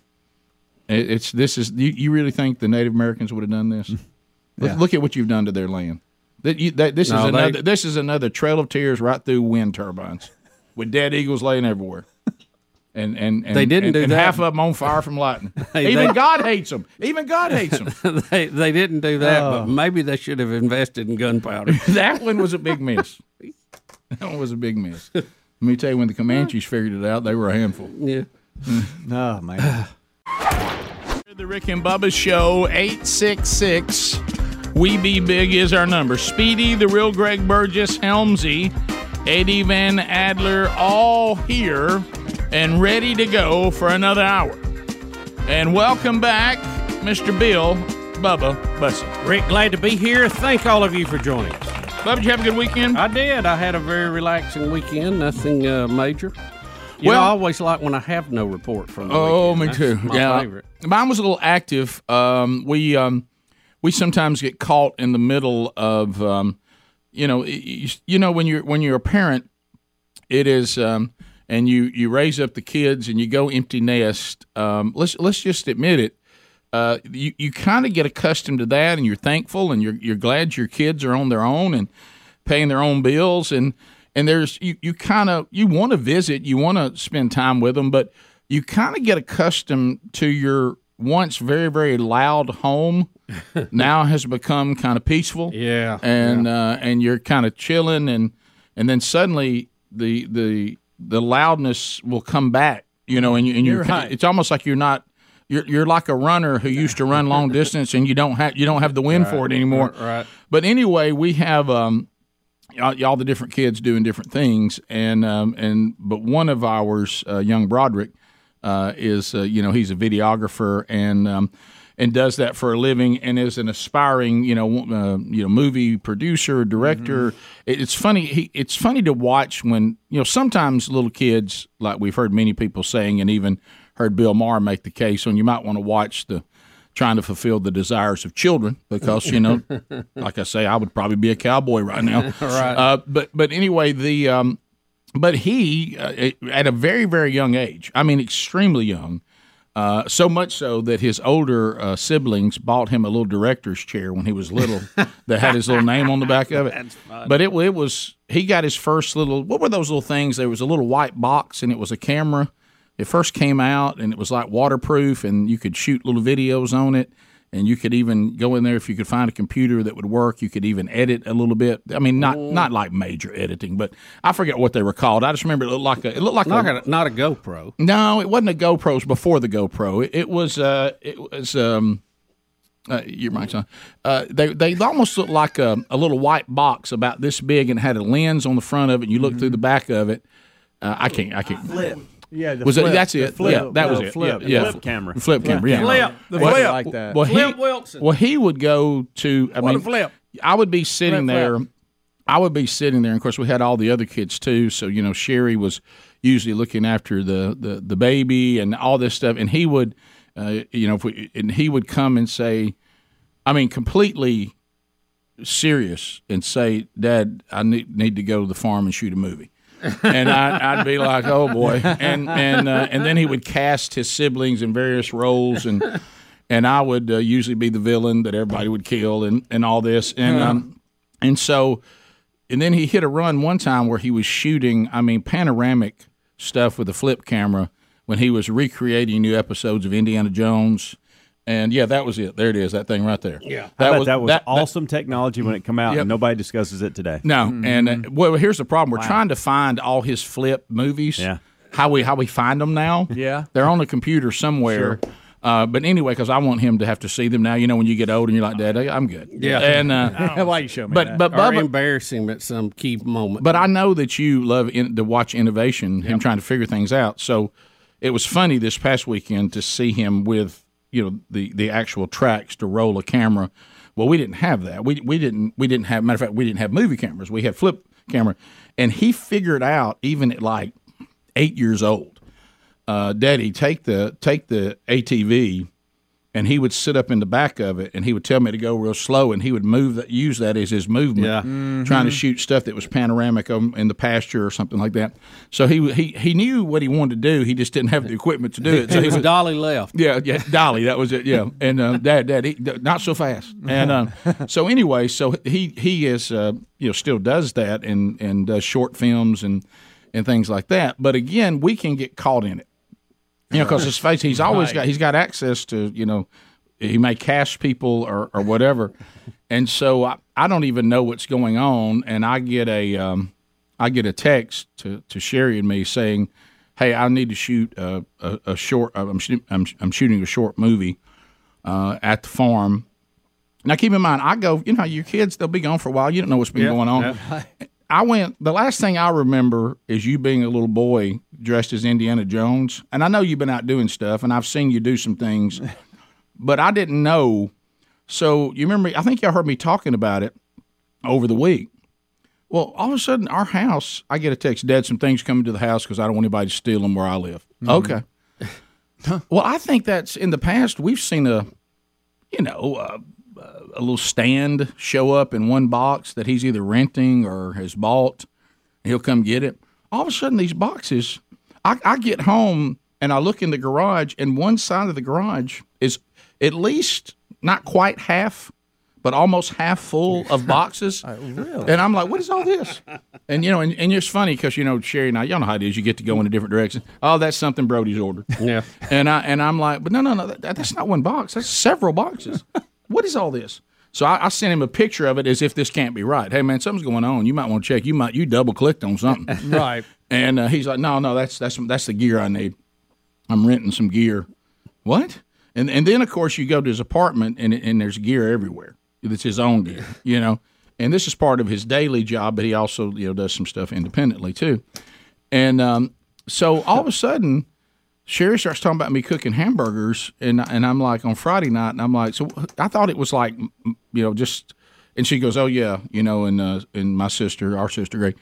Speaker 1: It- it's this is you, you really think the Native Americans would have done this? Look,
Speaker 5: Yeah.
Speaker 1: look at what you've done to their land. That you, that, this
Speaker 2: No,
Speaker 1: is
Speaker 2: they-
Speaker 1: another this is another trail of tears right through wind turbines, with dead eagles laying everywhere. And, and, and
Speaker 2: They didn't
Speaker 1: and-
Speaker 2: do
Speaker 1: and
Speaker 2: that.
Speaker 1: Half of them on fire from lightning.
Speaker 2: Hey,
Speaker 1: Even
Speaker 2: they-
Speaker 1: God hates them. Even God hates them.
Speaker 2: they they didn't do that,
Speaker 1: Oh.
Speaker 2: but maybe they should have invested in gunpowder.
Speaker 1: that one was a big miss. That one was a big miss. Let me tell you, when the Comanches figured it out, they were a handful.
Speaker 2: Yeah.
Speaker 1: oh, man. the Rick and Bubba Show, 866. We Be Big is our number. Speedy, the real Greg Burgess, Helmsy, Eddie Van Adler, all here and ready to go for another hour. And welcome back, Mr. Bill Bubba Bussy.
Speaker 2: Rick, glad to be here. Thank all of you for joining us.
Speaker 1: Bubba, did you have a good weekend?
Speaker 2: I did. I had a very relaxing weekend. Nothing uh, major. You
Speaker 1: Well-
Speaker 2: know, I always like when I have no report from. The
Speaker 1: Oh,
Speaker 2: weekend.
Speaker 1: me
Speaker 2: That's
Speaker 1: too.
Speaker 2: My
Speaker 1: yeah,
Speaker 2: favorite.
Speaker 1: mine was a little active. Um, we um, we sometimes get caught in the middle of um, you know y- y- you know when you're when you're a parent, it is um, and you you raise up the kids and you go empty nest. Um, let's let's just admit it. Uh, you you kind of get accustomed to that, and you're thankful, and you're you're glad your kids are on their own and paying their own bills, and and there's you you kind of you want to visit, you want to spend time with them, but you kind of get accustomed to your once very very loud home now has become kind of peaceful.
Speaker 2: Yeah,
Speaker 1: and Uh, and you're kind of chilling, and and then suddenly the the the loudness will come back, you know, and you and you're,
Speaker 4: You're right.
Speaker 1: it's almost like you're not. You're, you're like a runner who used to run long distance and you don't have you don't have the wind for it anymore.
Speaker 2: Right.
Speaker 1: But anyway, we have um, y'all, y'all the different kids doing different things, and um, and but one of ours, uh, young Broderick, uh, is uh, you know he's a videographer and um, and does that for a living, and is an aspiring you know uh, you know movie producer director. It, it's funny he, it's funny to watch when you know sometimes little kids like we've heard many people saying, and even heard Bill Maher make the case when you might want to watch the trying to fulfill the desires of children because you know like I say, I would probably be a cowboy right now.
Speaker 2: Right.
Speaker 1: Uh, but but anyway, the um, but he uh, at a very very young age. I mean, extremely young. Uh, so much so that his older uh, siblings bought him a little director's chair when he was little that had his little name on the back of it. But it, it was he got his first little what were those little things? There was a little white box and it was a camera. It first came out and it was like waterproof and you could shoot little videos on it. and you could even go in there if you could find a computer that would work. You could even edit a little bit. I mean, not not like major editing, but I forget what they were called. I just remember it looked like a it looked like
Speaker 2: Not
Speaker 1: a,
Speaker 2: not a GoPro.
Speaker 1: No, it wasn't a GoPro. It was before the GoPro. It, it was uh, it was um, uh, your mic's on. Uh, they they almost looked like a, a little white box about this big and had a lens on the front of it. and You look through the back of it. Uh, I can't. I can't.
Speaker 5: Flip. Yeah, the
Speaker 1: was
Speaker 5: flip,
Speaker 1: it? That's
Speaker 5: the
Speaker 1: it.
Speaker 5: flip,
Speaker 1: yeah, that
Speaker 5: the
Speaker 1: was it.
Speaker 5: flip,
Speaker 1: yeah,
Speaker 5: the
Speaker 1: yeah.
Speaker 5: flip camera.
Speaker 1: The flip camera.
Speaker 5: Flip.
Speaker 1: Yeah,
Speaker 5: The
Speaker 1: Well,
Speaker 5: flip. Like that.
Speaker 1: Well, he,
Speaker 5: Flip Wilson.
Speaker 1: Well, he would go to. I
Speaker 5: What a
Speaker 1: mean,
Speaker 5: flip.
Speaker 1: I would be sitting
Speaker 5: Flip,
Speaker 1: there.
Speaker 5: flip.
Speaker 1: I would be sitting there. And of course, we had all the other kids too. So you know, Sherry was usually looking after the the, the baby and all this stuff. And he would, uh, you know, if we, and he would come and say, I mean, completely serious, and say, "Dad, I need need to go to the farm and shoot a movie." and I, I'd be like, "Oh boy!" And and uh, and then he would cast his siblings in various roles, and and I would uh, usually be the villain that everybody would kill, and and all this, and um, and so, and then he hit a run one time where he was shooting, I mean, panoramic stuff with a flip camera when he was recreating new episodes of Indiana Jones, and yeah, that was it. There it is, that thing right there.
Speaker 15: Yeah, that was, that was awesome technology when it came out,
Speaker 1: Yep.
Speaker 15: and nobody discusses it today.
Speaker 1: No, and uh, well, here's the problem: we're
Speaker 15: Wow.
Speaker 1: trying to find all his flip movies.
Speaker 15: Yeah.
Speaker 1: how we how we find them now?
Speaker 5: Yeah.
Speaker 1: they're on the computer somewhere. Uh, but anyway, because I want him to have to see them now. You know, when you get old and you're like, Dad, I- I'm good. and uh,
Speaker 2: why you show
Speaker 1: me But- that? but
Speaker 2: or
Speaker 1: Bubba-
Speaker 2: embarrassing him at some key moment.
Speaker 1: but I know that you love in, to watch innovation, him trying to figure things out. So it was funny this past weekend to see him with you know the the actual tracks to roll a camera. Well, we didn't have that. We we didn't we didn't have matter of fact we didn't have movie cameras. We had flip camera, and he figured out even at like eight years old, uh, Daddy take the take the ATV. And he would sit up in the back of it, and he would tell me to go real slow, and he would move that, use that as his movement,
Speaker 2: Yeah.
Speaker 1: trying to
Speaker 2: Mhm.
Speaker 1: shoot stuff that was panoramic um, in the pasture or something like that. So he he he knew what he wanted to do. He just didn't have the equipment to do it. So
Speaker 2: It was Dolly left.
Speaker 1: Yeah, yeah, Dolly. That was it. Yeah, and uh, Dad, Dad, he, not so fast. And um, so anyway, so he he is uh, you know still does that and and does short films and and things like that. But again, we can get caught in it. You know, because his face, he's always
Speaker 2: Right.
Speaker 1: got he's got access to you know, he may cash people or or whatever, and so I, I don't even know what's going on, and I get a um, I get a text to to Sherry and me saying, hey, I need to shoot a a, a short uh, I'm, shoo- I'm I'm shooting a short movie uh, at the farm. Now keep in mind, I go you know your kids they'll be gone for a while. You don't know what's been going on. I went. The last thing I remember is you being a little boy dressed as Indiana Jones, and I know you've been out doing stuff, and I've seen you do some things, but I didn't know. So you remember? I think y'all heard me talking about it over the week. Well, all of a sudden, our house, I get a text, Dad, some things coming to the house because I don't want anybody to steal them where I live.
Speaker 2: Mhm.
Speaker 1: Okay. well, I think that's in the past we've seen a, you know, a, a little stand show up in one box that he's either renting or has bought. He'll come get it. All of a sudden, these boxes, I, I get home and I look in the garage, and one side of the garage is at least not quite half, but almost half full of boxes.
Speaker 4: really?
Speaker 1: And I'm like, what is all this? And you know, and, and it's funny because you know Sherry and I, y'all know how it is. You get to go in a different direction. Oh, that's something Brody's ordered. Yeah. And I and I'm like, but no, no, no, that, that's not one box. That's several boxes. what is all this? So I, I sent him a picture of it as if this can't be right. Hey man, something's going on. You might want to check. You might you double clicked on something.
Speaker 4: Right.
Speaker 1: And uh, he's like, no, no, that's that's that's the gear I need. I'm renting some gear. What? And and then of course you go to his apartment and and there's gear everywhere. It's his own gear, you know. And this is part of his daily job, but he also you know does some stuff independently too. And um, so all of a sudden, Sherry starts talking about me cooking hamburgers, and and I'm like on Friday night, and I'm like, so I thought it was like, m- you know, just. And she goes, oh yeah, you know, and uh, and my sister, our sister, Greg,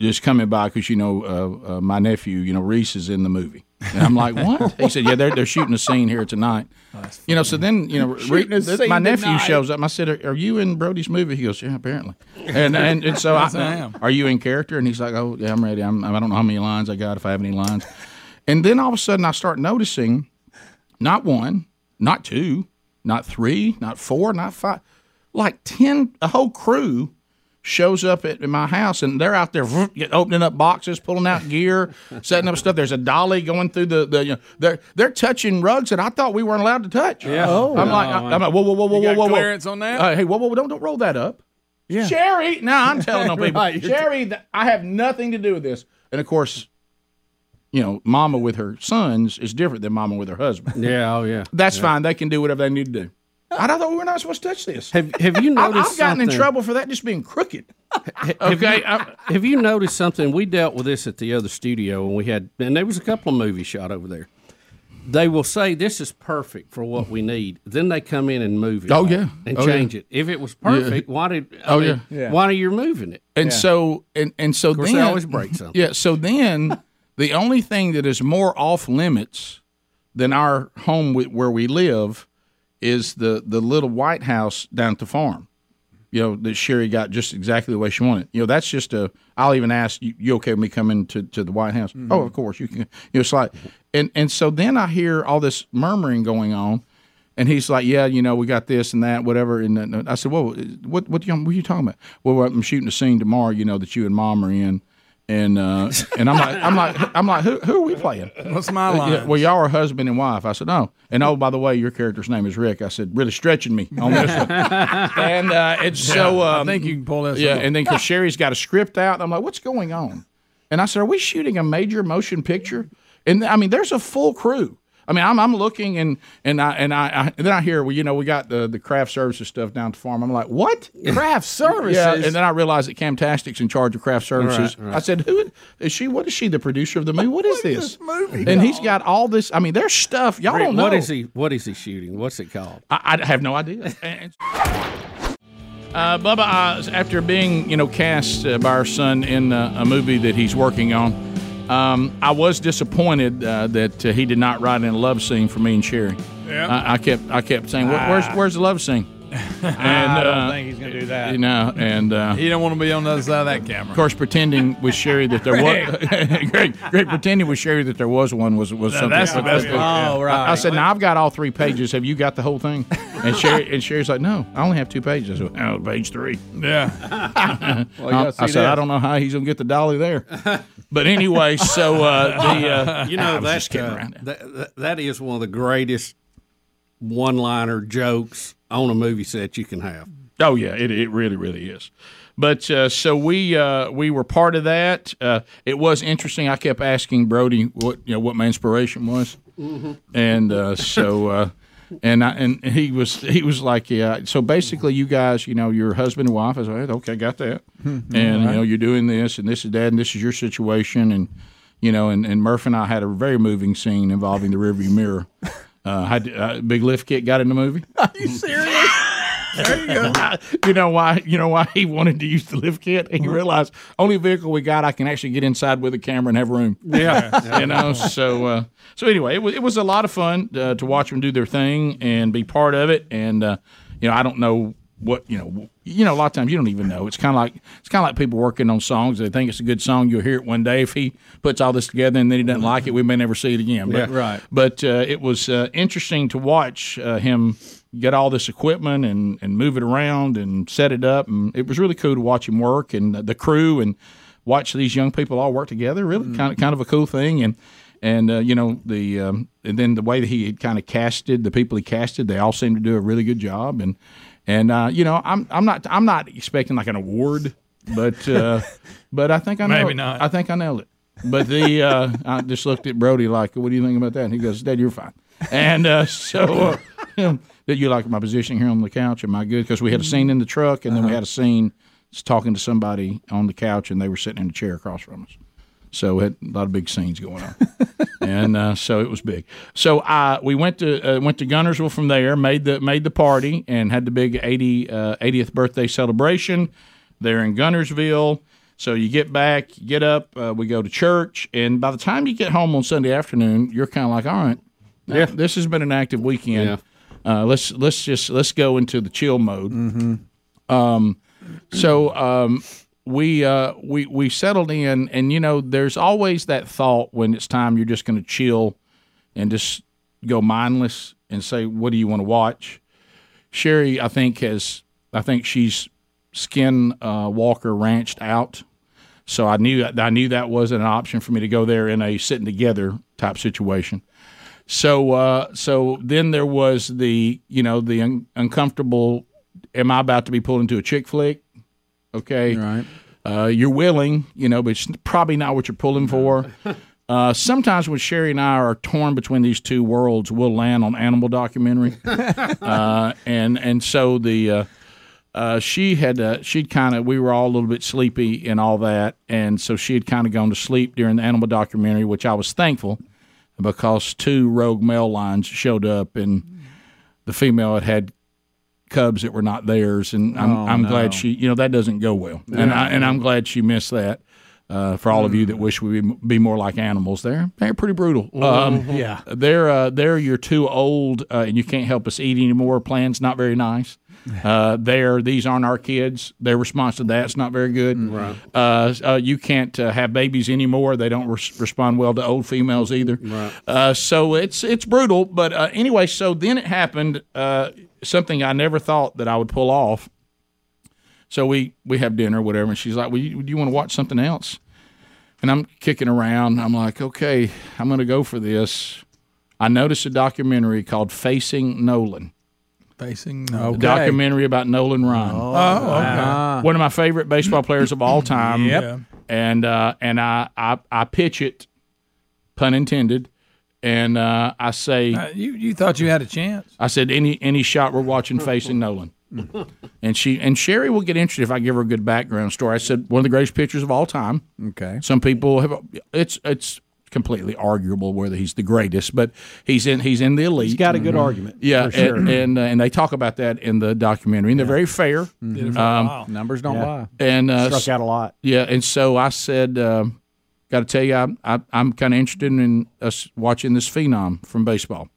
Speaker 1: just coming by because you know uh, uh, my nephew, you know Reese is in the movie, and I'm like, what? he said, yeah, they're they're shooting a scene here tonight.
Speaker 4: Oh,
Speaker 1: You know, so then you know, Re-
Speaker 4: Shooting a
Speaker 1: th-
Speaker 4: scene
Speaker 1: my nephew
Speaker 4: tonight.
Speaker 1: shows up. I said, are, "Are you in Brody's movie?" He goes, "Yeah, apparently." And and, and so
Speaker 4: Yes,
Speaker 1: I,
Speaker 4: I am.
Speaker 1: Are you in character? And he's like, "Oh, yeah, I'm ready. I'm, I don't know how many lines I got if I have any lines." And then all of a sudden, I start noticing, not one, not two, not three, not four, not five, like ten, a whole crew shows up at at my house and they're out there vroom, get- opening up boxes, pulling out gear, setting up stuff. There's a dolly going through the, the you know, they're they're touching rugs that I thought we weren't allowed to touch.
Speaker 16: Yeah.
Speaker 1: Oh,
Speaker 16: Oh.
Speaker 1: I'm like I, am like whoa whoa whoa whoa
Speaker 16: You
Speaker 1: whoa
Speaker 16: got
Speaker 1: whoa
Speaker 16: clearance
Speaker 1: whoa.
Speaker 16: on that?
Speaker 1: Uh, hey whoa whoa whoa don't don't roll that up.
Speaker 16: Yeah.
Speaker 1: Sherry, no, I'm telling on people.
Speaker 16: Right, you're-
Speaker 1: Sherry, th- I have nothing to do with this. And of course, you know, mama with her sons is different than mama with her husband.
Speaker 2: Yeah, oh yeah.
Speaker 1: That's
Speaker 2: Yeah.
Speaker 1: fine. They can do whatever they need to do. I thought we were not supposed to touch this.
Speaker 2: Have Have you
Speaker 1: I- I've
Speaker 2: noticed?
Speaker 1: gotten in
Speaker 2: something-
Speaker 1: trouble for that just being crooked.
Speaker 2: Have
Speaker 1: Okay,
Speaker 2: you, have you noticed something? We dealt with this at the other studio, and we had, and there was a couple of movies shot over there. They will say this is perfect for what we need. Then they come in and move it.
Speaker 1: Oh,
Speaker 2: all
Speaker 1: yeah.
Speaker 2: and
Speaker 1: Oh, yeah.
Speaker 2: change it. If it was
Speaker 1: Yeah.
Speaker 2: perfect, why did? I
Speaker 1: Oh,
Speaker 2: mean,
Speaker 1: yeah. Yeah.
Speaker 2: Why are you moving it?
Speaker 1: And so and and so
Speaker 2: Of course, they
Speaker 1: then
Speaker 2: always break something.
Speaker 1: Yeah, so then the only thing that is more off limits than our home wi- where we live is the the little White House down at the farm. You know that Sherry got just exactly the way she wanted. You know that's just a. I'll even ask you, you okay with me coming to, to the White House? Oh, of course you can. You know, it's like, and and so then I hear all this murmuring going on, and he's like, "Yeah, you know, we got this and that, whatever." And then I said, "Well, what what, you, what are you talking about?" Well, I'm shooting a scene tomorrow, you know, that you and mom are in, and uh, and I'm like, I'm like, I'm like, who, who are we playing?
Speaker 16: What's my
Speaker 1: Uh,
Speaker 16: line?
Speaker 1: yeah, well, y'all are husband and wife. I said, "Oh," and oh, by the way, your character's name is Rick. I said, really stretching me on this one. and uh, it's so.
Speaker 4: Yeah, I
Speaker 1: Um,
Speaker 4: think you can pull this
Speaker 1: Yeah,
Speaker 4: off.
Speaker 1: and then because Sherry's got a script out, and I'm like, what's going on? And I said, are we shooting a major motion picture? And I mean, there's a full crew. I mean, I'm, I'm looking and and I and I, I and then I hear, well, you know, we got the the craft services stuff down at the farm. I'm like, what
Speaker 4: Craft services?
Speaker 1: Yeah, and then I realized that Camtastic's in charge of craft services.
Speaker 4: Right, right.
Speaker 1: I said, who is she? What is she? The producer of the movie? What is this? movie? And he's got all this. I mean, there's stuff y'all
Speaker 2: Rick,
Speaker 1: don't know.
Speaker 2: What is he? What is he shooting? What's it called?
Speaker 1: I, I have no idea. Uh, Bubba, uh, after being you know cast uh, by our son in uh, a movie that he's working on, um, I was disappointed uh, that uh, he did not write in a love scene for me and Sherry.
Speaker 16: Yeah.
Speaker 1: I, I kept I kept saying, "Where- "Where's
Speaker 4: Ah.
Speaker 1: where's the love scene?" And
Speaker 4: I don't
Speaker 1: uh,
Speaker 4: think he's going to do that.
Speaker 1: you know, and uh,
Speaker 4: he don't want to be on the other side of that camera.
Speaker 1: of course, pretending with Sherry that there was great, great pretending with Sherry that there was one was was
Speaker 4: Now,
Speaker 1: something.
Speaker 4: that's the best one. Oh, right.
Speaker 1: I, I said, "Now I've got all three pages. Have you got the whole thing?" And Sherry and Sherry's like, "No, I only have two pages. I said, oh, page three.
Speaker 4: Yeah.
Speaker 1: I, I said, "I don't know how he's gonna get the dolly there." But anyway, so uh, the uh,
Speaker 2: you
Speaker 1: I
Speaker 2: know
Speaker 1: was
Speaker 2: that's
Speaker 1: just kidding
Speaker 2: uh,
Speaker 1: around.
Speaker 2: that, that- that is one of the greatest one-liner jokes on a movie set you can have.
Speaker 1: Oh yeah, it, it really really is. But uh, so we uh, we were part of that. Uh, it was interesting. I kept asking Brody what you know what my inspiration was, and uh, so uh, and I, and he was he was like yeah. So basically, you guys, you know, your husband and wife. I said okay, got that. and you know you're doing this and this is that and this is your situation and you know and, and murph and i had a very moving scene involving the rearview mirror uh, I, d- uh, big lift kit got in the movie
Speaker 16: Are you serious? there you go. Uh-huh.
Speaker 1: you know why you know why he wanted to use the lift kit he realized only vehicle we got i can actually get inside with a camera and have room
Speaker 16: Yeah.
Speaker 1: you know so uh, so anyway it was, it was a lot of fun uh, to watch them do their thing and be part of it and uh, you know i don't know what you know you know a lot of times you don't even know it's kind of like it's kind of like people working on songs they think it's a good song you'll hear it one day if he puts all this together and then he doesn't like it we may never see it again but,
Speaker 4: Yeah, right.
Speaker 1: but uh, it was uh, interesting to watch uh, him get all this equipment and, and move it around and set it up and it was really cool to watch him work and the crew and watch these young people all work together really
Speaker 4: Mm-hmm.
Speaker 1: kind of kind of a cool thing and and uh, you know the um, and then the way that he had kind of casted the people he casted they all seemed to do a really good job and and uh, you know I'm I'm not I'm not expecting like an award but uh, but I think I nailed-
Speaker 4: Maybe not.
Speaker 1: I think I nailed it but the uh, I just looked at Brody like what do you think about that and he goes Dad you're fine and uh, so uh, did you like my position here on the couch am I good because we had a scene in the truck and then we had a scene talking to somebody on the couch and they were sitting in a chair across from us so it had a lot of big scenes going on and uh, so it was big. So I we went to uh, went to Gunnersville from there, made the made the party, and had the big 80, uh, 80th birthday celebration there in Gunnersville. So you get back, you get up, uh, we go to church, and by the time you get home on Sunday afternoon, you're kind of like, all right, yeah, this has been an active weekend. Uh, let's let's just let's go into the chill mode. Um, so um, we uh, we we settled in, and you know, there's always that thought when it's time you're just going to chill and just go mindless and say, "What do you want to watch?" Sherry, I think has I think she's Skin uh, Walker Ranched out. So I knew I knew that wasn't an option for me to go there in a sitting together type situation. So uh, so then there was the you know the un- uncomfortable. Am I about to be pulled into a chick flick? Okay, right. Uh, you're willing, you know, but it's probably not what you're pulling for. Uh, sometimes when Sherry and I are torn between these two worlds, we'll land on animal documentary, uh, and and so the uh, uh, she had uh, she'd kind of we were all a little bit sleepy and all that, and so she had kind of gone to sleep during the animal documentary, which I was thankful because two rogue male lines showed up, and the female had had cubs that were not theirs, and I'm,
Speaker 5: Oh,
Speaker 1: I'm
Speaker 5: no.
Speaker 1: glad she you know that doesn't go well, and I, and I'm glad she missed that. Uh, for all of you that wish we would be more like animals, there they're pretty brutal. Um,
Speaker 2: Mhm. Yeah.
Speaker 1: they're uh, they're you're too old uh, and you can't help us eat anymore. Plan's not very nice. Uh, there, these aren't our kids. Their response to that's not very good. Right. Uh, uh, you can't uh, have babies anymore. They don't res- respond well to old females either. Right. Uh, so it's it's brutal. But uh, anyway, so then it happened. Uh, something I never thought that I would pull off. So we we have dinner, whatever, and she's like, "Well, you, do you want to watch something else?" And I'm kicking around. I'm like, "Okay, I'm going to go for this." I noticed a documentary called "Facing Nolan."
Speaker 4: Facing
Speaker 1: A documentary about Nolan Ryan.
Speaker 4: Oh, okay.
Speaker 1: One of my favorite baseball players of all time.
Speaker 4: Yep.
Speaker 1: And uh, and I, I I pitch it, pun intended, and uh, I say
Speaker 4: Uh, you you thought you had a chance?
Speaker 1: I said any any shot we're watching facing Nolan. And she and Sherry will get interested if I give her a good background story. I said one of the greatest pitchers of all time.
Speaker 5: Okay.
Speaker 1: Some people have it's it's completely arguable whether he's the greatest, but he's in he's in the elite. He's
Speaker 15: got a good Mhm. argument,
Speaker 1: Yeah,
Speaker 15: for sure.
Speaker 1: and and, uh, and they talk about that in the documentary, and they're very fair.
Speaker 4: Mm. Mm-hmm.
Speaker 15: Did it for a
Speaker 1: Um,
Speaker 15: while. Numbers don't lie.
Speaker 1: And uh,
Speaker 15: Struck out a lot.
Speaker 1: Yeah, and so I said, um, got to tell you, I, I, I'm kind of interested in us watching this phenom from baseball.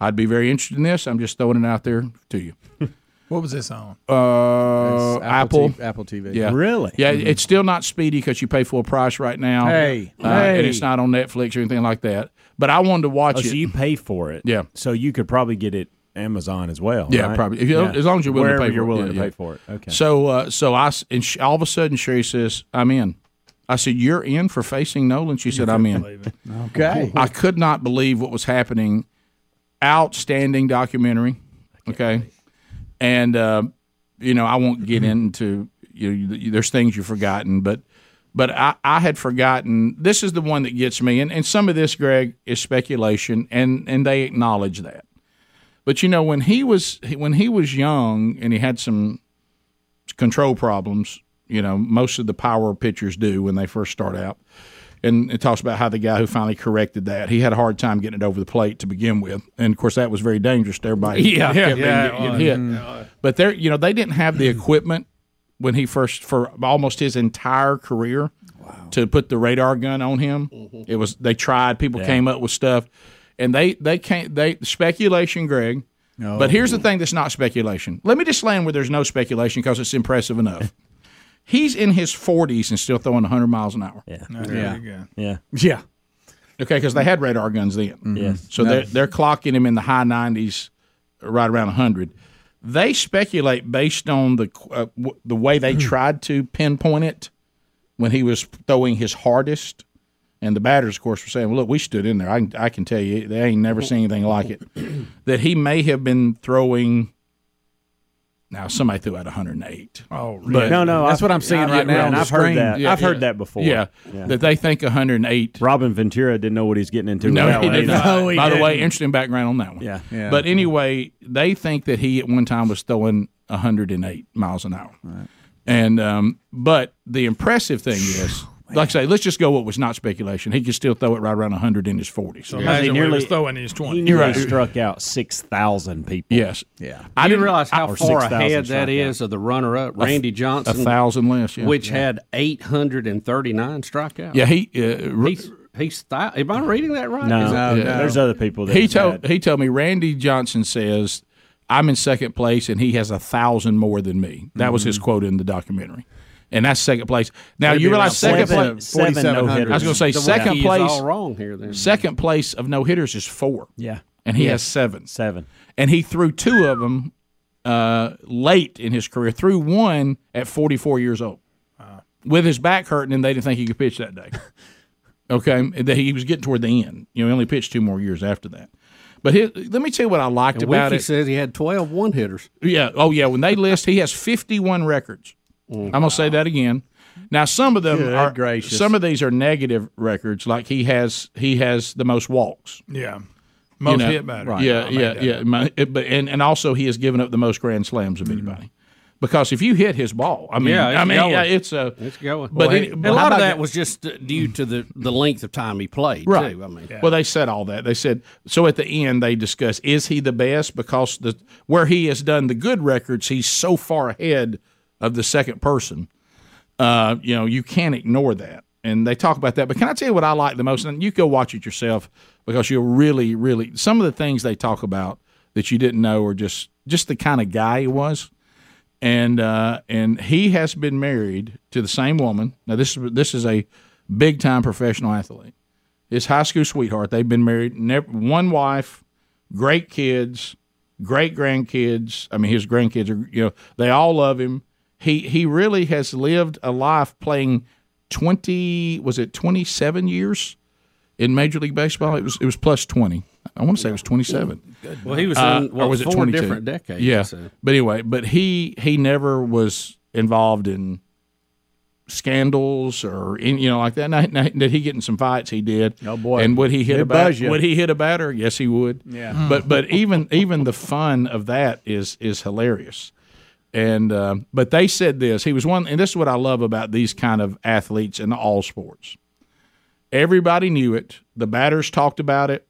Speaker 1: I'd be very interested in this. I'm just throwing it out there to you.
Speaker 4: What was this on?
Speaker 1: Uh,
Speaker 4: It's Apple
Speaker 1: Apple,
Speaker 4: T- Apple TV.
Speaker 1: Yeah,
Speaker 4: Really?
Speaker 1: Yeah,
Speaker 4: Mhm.
Speaker 1: it's still not speedy because you pay full price right now.
Speaker 15: Hey,
Speaker 1: Uh, and
Speaker 15: hey.
Speaker 1: it's not on Netflix or anything like that. But I wanted to watch
Speaker 15: Oh,
Speaker 1: it.
Speaker 15: so you pay for it.
Speaker 1: Yeah.
Speaker 15: So you could probably get it Amazon as well.
Speaker 1: Yeah,
Speaker 15: right?
Speaker 1: probably. If you,
Speaker 15: Yeah.
Speaker 1: As long as you're willing
Speaker 15: Wherever
Speaker 1: to pay
Speaker 15: you're
Speaker 1: for
Speaker 15: willing to
Speaker 1: it. Yeah,
Speaker 15: pay
Speaker 1: yeah.
Speaker 15: for it. Okay.
Speaker 1: So, uh, so I s- and she, all of a sudden Sherry says, "I'm in." I said, "You're in for facing Nolan." She said, "I'm in."
Speaker 5: Okay.
Speaker 1: I could not believe what was happening. Outstanding documentary. Okay. And, uh, you know, I won't get into, you know, you- there's things you've forgotten, but, but I, I had forgotten. This is the one that gets me. And, and some of this, Greg, is speculation, and, and they acknowledge that. But you know when he was when he was young and he had some control problems, you know most of the power pitchers do when they first start out and it talks about how the guy who finally corrected that he had a hard time getting it over the plate to begin with, and of course that was very dangerous to everybody.
Speaker 2: Yeah,
Speaker 1: Kept being-
Speaker 2: yeah, it
Speaker 1: getting
Speaker 2: was.
Speaker 1: hit.
Speaker 2: Yeah.
Speaker 1: But there, you know, they didn't have the equipment when he first for almost his entire career to put the radar gun on him. It was they tried, people
Speaker 2: Yeah.
Speaker 1: came up with stuff, and they they can't they speculation, Greg. But here's the thing that's not speculation. Let me just land where there's no speculation because it's impressive enough. He's in his 40s and still throwing 100 miles an hour. Yeah.
Speaker 5: There Yeah. you go.
Speaker 15: Yeah.
Speaker 1: Yeah. Okay, because they had radar guns then. Mm-hmm.
Speaker 15: Yes.
Speaker 1: So they're, they're clocking him in the high 90s, right around 100. They speculate based on the uh, w- the way
Speaker 15: Hmm.
Speaker 1: they tried to pinpoint it when he was throwing his hardest. And the batters, of course, were saying, well, look, we stood in there. I, can- I can tell you, they ain't never seen anything like it. That he may have been throwing. Now, somebody threw out 108.
Speaker 4: Oh,
Speaker 1: But-
Speaker 15: no, no, I've- yeah, yeah, and I've heard that.
Speaker 1: Yeah,
Speaker 15: I've heard
Speaker 1: yeah.
Speaker 15: that before.
Speaker 1: Yeah, that they think 108.
Speaker 15: Robin Ventura didn't know what he's getting into.
Speaker 1: No,
Speaker 15: with that
Speaker 1: he
Speaker 15: one
Speaker 1: did
Speaker 15: either.
Speaker 1: not. By the way, interesting background on that one.
Speaker 15: Yeah. Yeah.
Speaker 1: But anyway, they think that he at one time was throwing 108 miles an hour. And um, but the impressive thing is, like I say, let's just go what was not speculation. He could still throw it right around 100 in his 40s.
Speaker 4: So imagine what he was throwing in his
Speaker 15: He
Speaker 4: twenties.
Speaker 15: nearly
Speaker 1: Right.
Speaker 15: struck out six thousand people.
Speaker 1: Yes.
Speaker 15: Yeah.
Speaker 2: I didn't realize how
Speaker 15: Or
Speaker 2: far
Speaker 15: 6,000
Speaker 2: ahead that
Speaker 15: strikeouts.
Speaker 2: is of the runner-up,
Speaker 15: A th-
Speaker 2: Randy
Speaker 15: a
Speaker 2: Johnson,
Speaker 1: thousand less, yeah.
Speaker 2: which
Speaker 1: Yeah.
Speaker 2: had eight hundred and thirty-nine strikeouts.
Speaker 1: Yeah, he, uh,
Speaker 2: he's he's. Th- am I reading that right?
Speaker 1: No.
Speaker 2: Is it-
Speaker 1: No, no. There's other
Speaker 15: people
Speaker 1: he told he told me Randy Johnson says I'm in second place and he has a thousand more than me. That was his quote in the documentary. And that's second place. Now
Speaker 2: It'd
Speaker 1: you
Speaker 2: be
Speaker 1: realize
Speaker 2: around
Speaker 1: second
Speaker 2: seven-
Speaker 1: place.
Speaker 2: seven no-hitters.
Speaker 1: I was going to say
Speaker 2: The
Speaker 1: second
Speaker 2: Yankees
Speaker 1: place.
Speaker 2: all wrong here then.
Speaker 1: Second place of no hitters is four.
Speaker 15: Yeah,
Speaker 1: and he
Speaker 15: Yeah.
Speaker 1: has seven.
Speaker 15: Seven.
Speaker 1: And he threw two of them uh, late in his career, threw one at 44 years old with his back hurting, and they didn't think he could pitch that day. okay, that he was getting toward the end. You know, he only pitched two more years after that. But his, let me tell you what I liked
Speaker 2: And
Speaker 1: about
Speaker 2: Wiki
Speaker 1: it.
Speaker 2: says he had 12 one hitters.
Speaker 1: Yeah. Oh, yeah. When they list, he has 51 records. I'm gonna say that again. Now, some of them
Speaker 4: Good
Speaker 1: are
Speaker 4: gracious.
Speaker 1: some of these are negative records. Like he has he has the most walks.
Speaker 4: Yeah.
Speaker 1: you
Speaker 4: Most
Speaker 1: know.
Speaker 4: hit batter.
Speaker 1: Yeah, yeah, yeah. My- it- but and, and also he has given up the most grand slams of anybody. Because if you hit his ball, I mean,
Speaker 2: Mm-hmm. yeah,
Speaker 1: I mean,
Speaker 2: going.
Speaker 1: yeah, it's a
Speaker 2: it's going.
Speaker 1: but
Speaker 2: But
Speaker 1: it- but
Speaker 2: a
Speaker 1: how
Speaker 2: lot
Speaker 1: about
Speaker 2: of that
Speaker 1: that-
Speaker 2: was just uh, due to the, the length of time he played, too. I mean,
Speaker 1: Well, they said all that. They said so at the end. They discuss is he the best because the where he has done the good records, he's so far ahead of the second person. Uh, you know, you can't ignore that, and they talk about that. But can I tell you what I like the most? And you go watch it yourself because you'll really, really some of the things they talk about that you didn't know are just just the kind of guy he was. And uh, and he has been married to the same woman. Now this is this is a big time professional athlete his high school sweetheart. They've been married, never, one wife, great kids, great grandkids. I mean, his grandkids are you know they all love him. He he really has lived a life playing twenty was it twenty seven years in Major League Baseball. It was it was plus twenty. I want to say it was twenty seven.
Speaker 2: Well, he was
Speaker 1: Uh,
Speaker 2: in what,
Speaker 1: or was it
Speaker 2: four
Speaker 1: 22?
Speaker 2: different decades.
Speaker 1: Yeah.
Speaker 2: so.
Speaker 1: But anyway, but he he never was involved in scandals or any, you know like that. Now, now, did he get in some fights? He did. Oh boy! And would he hit
Speaker 5: It'd
Speaker 1: a bat?
Speaker 5: buzz you.
Speaker 1: Would he hit a batter? Yes, he would.
Speaker 5: Yeah.
Speaker 4: Mm.
Speaker 1: But but even even the fun of that is is hilarious. And uh, but they said this. He was one, and this is what I love about these kind of athletes in all sports. Everybody knew it. The batters talked about it.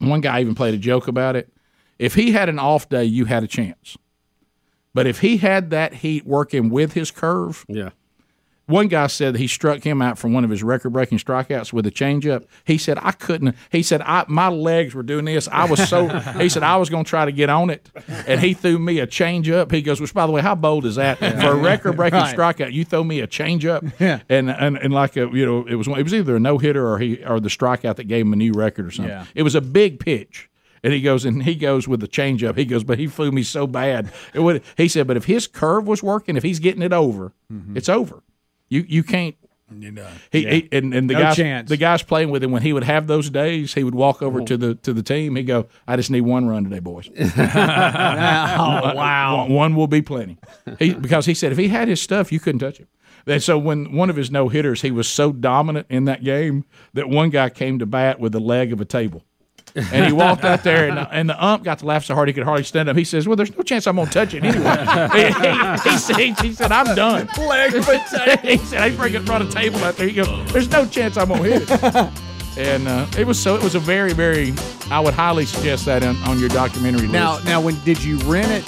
Speaker 1: One guy even played a joke about it. If he had an off day, you had a chance. But if he had that heat working with his curve,
Speaker 2: yeah.
Speaker 1: One guy said he struck him out from one of his record-breaking strikeouts with a changeup. He said I couldn't. He said I my legs were doing this. I was so. he said I was going to try to get on it, and he threw me a changeup. He goes, which by the way, how bold is that for a record-breaking
Speaker 4: Right.
Speaker 1: strikeout? You throw me a changeup, yeah. and, and and like a, you know it was one- it was either a no-hitter or he or the strikeout that gave him a new record or something.
Speaker 4: Yeah.
Speaker 1: It was a big pitch. And he goes, and he goes with the changeup. He goes, but he flew me so bad. It would, he said, but if his curve was working, if he's getting it over,
Speaker 4: Mm-hmm.
Speaker 1: it's over. You you can't. He, he and, and the
Speaker 4: No
Speaker 1: guys
Speaker 4: chance.
Speaker 1: the guys playing with him when he would have those days, he would walk over to the to the team. He would go, I just need one run today, boys.
Speaker 4: Oh, wow.
Speaker 1: one, one will be plenty. He, because he said if he had his stuff, you couldn't touch him. And so when one of his no hitters, he was so dominant in that game that one guy came to bat with the leg of a table. and he walked out there, and, and the ump got to laugh so hard he could hardly stand up. He says, "Well, there's no chance I'm going to touch it anyway." he, he, he, said- he said, "I'm done."
Speaker 4: Leg of a table.
Speaker 1: he said, "They freaking brought a table out there." He goes, "There's no chance I'm going to hit it." and uh, it was so. It was a very, very. I would highly suggest that on, on your documentary.
Speaker 5: Now,
Speaker 1: list.
Speaker 5: now, when did you rent it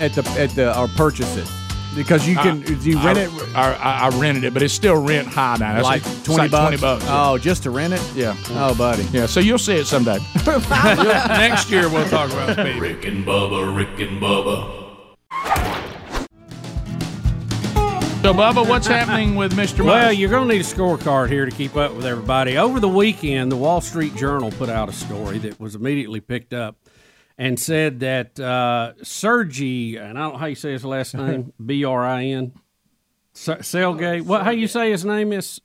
Speaker 5: at the at the or purchase it? Because you can,
Speaker 1: I-
Speaker 5: do you rent
Speaker 1: I,
Speaker 5: it
Speaker 1: I, I, I rented it, but it's still rent high now. That's
Speaker 5: like
Speaker 1: it's
Speaker 5: twenty
Speaker 1: like
Speaker 5: bucks?
Speaker 1: Twenty bucks.
Speaker 5: Oh, just to rent it?
Speaker 1: Yeah.
Speaker 5: Oh, buddy.
Speaker 1: Yeah. So you'll see it someday.
Speaker 4: Next year we'll talk about the baby.
Speaker 6: Rick and Bubba, Rick and Bubba.
Speaker 1: So, Bubba, what's happening with Mr.
Speaker 2: Well,
Speaker 1: Musk?
Speaker 2: you're going to need a scorecard here to keep up with everybody. Over the weekend, the Wall Street Journal put out a story that was immediately picked up and said that uh, Sergey, and I don't know how you say his last name, B R I N, Se- Sergey. What? How you say his name is?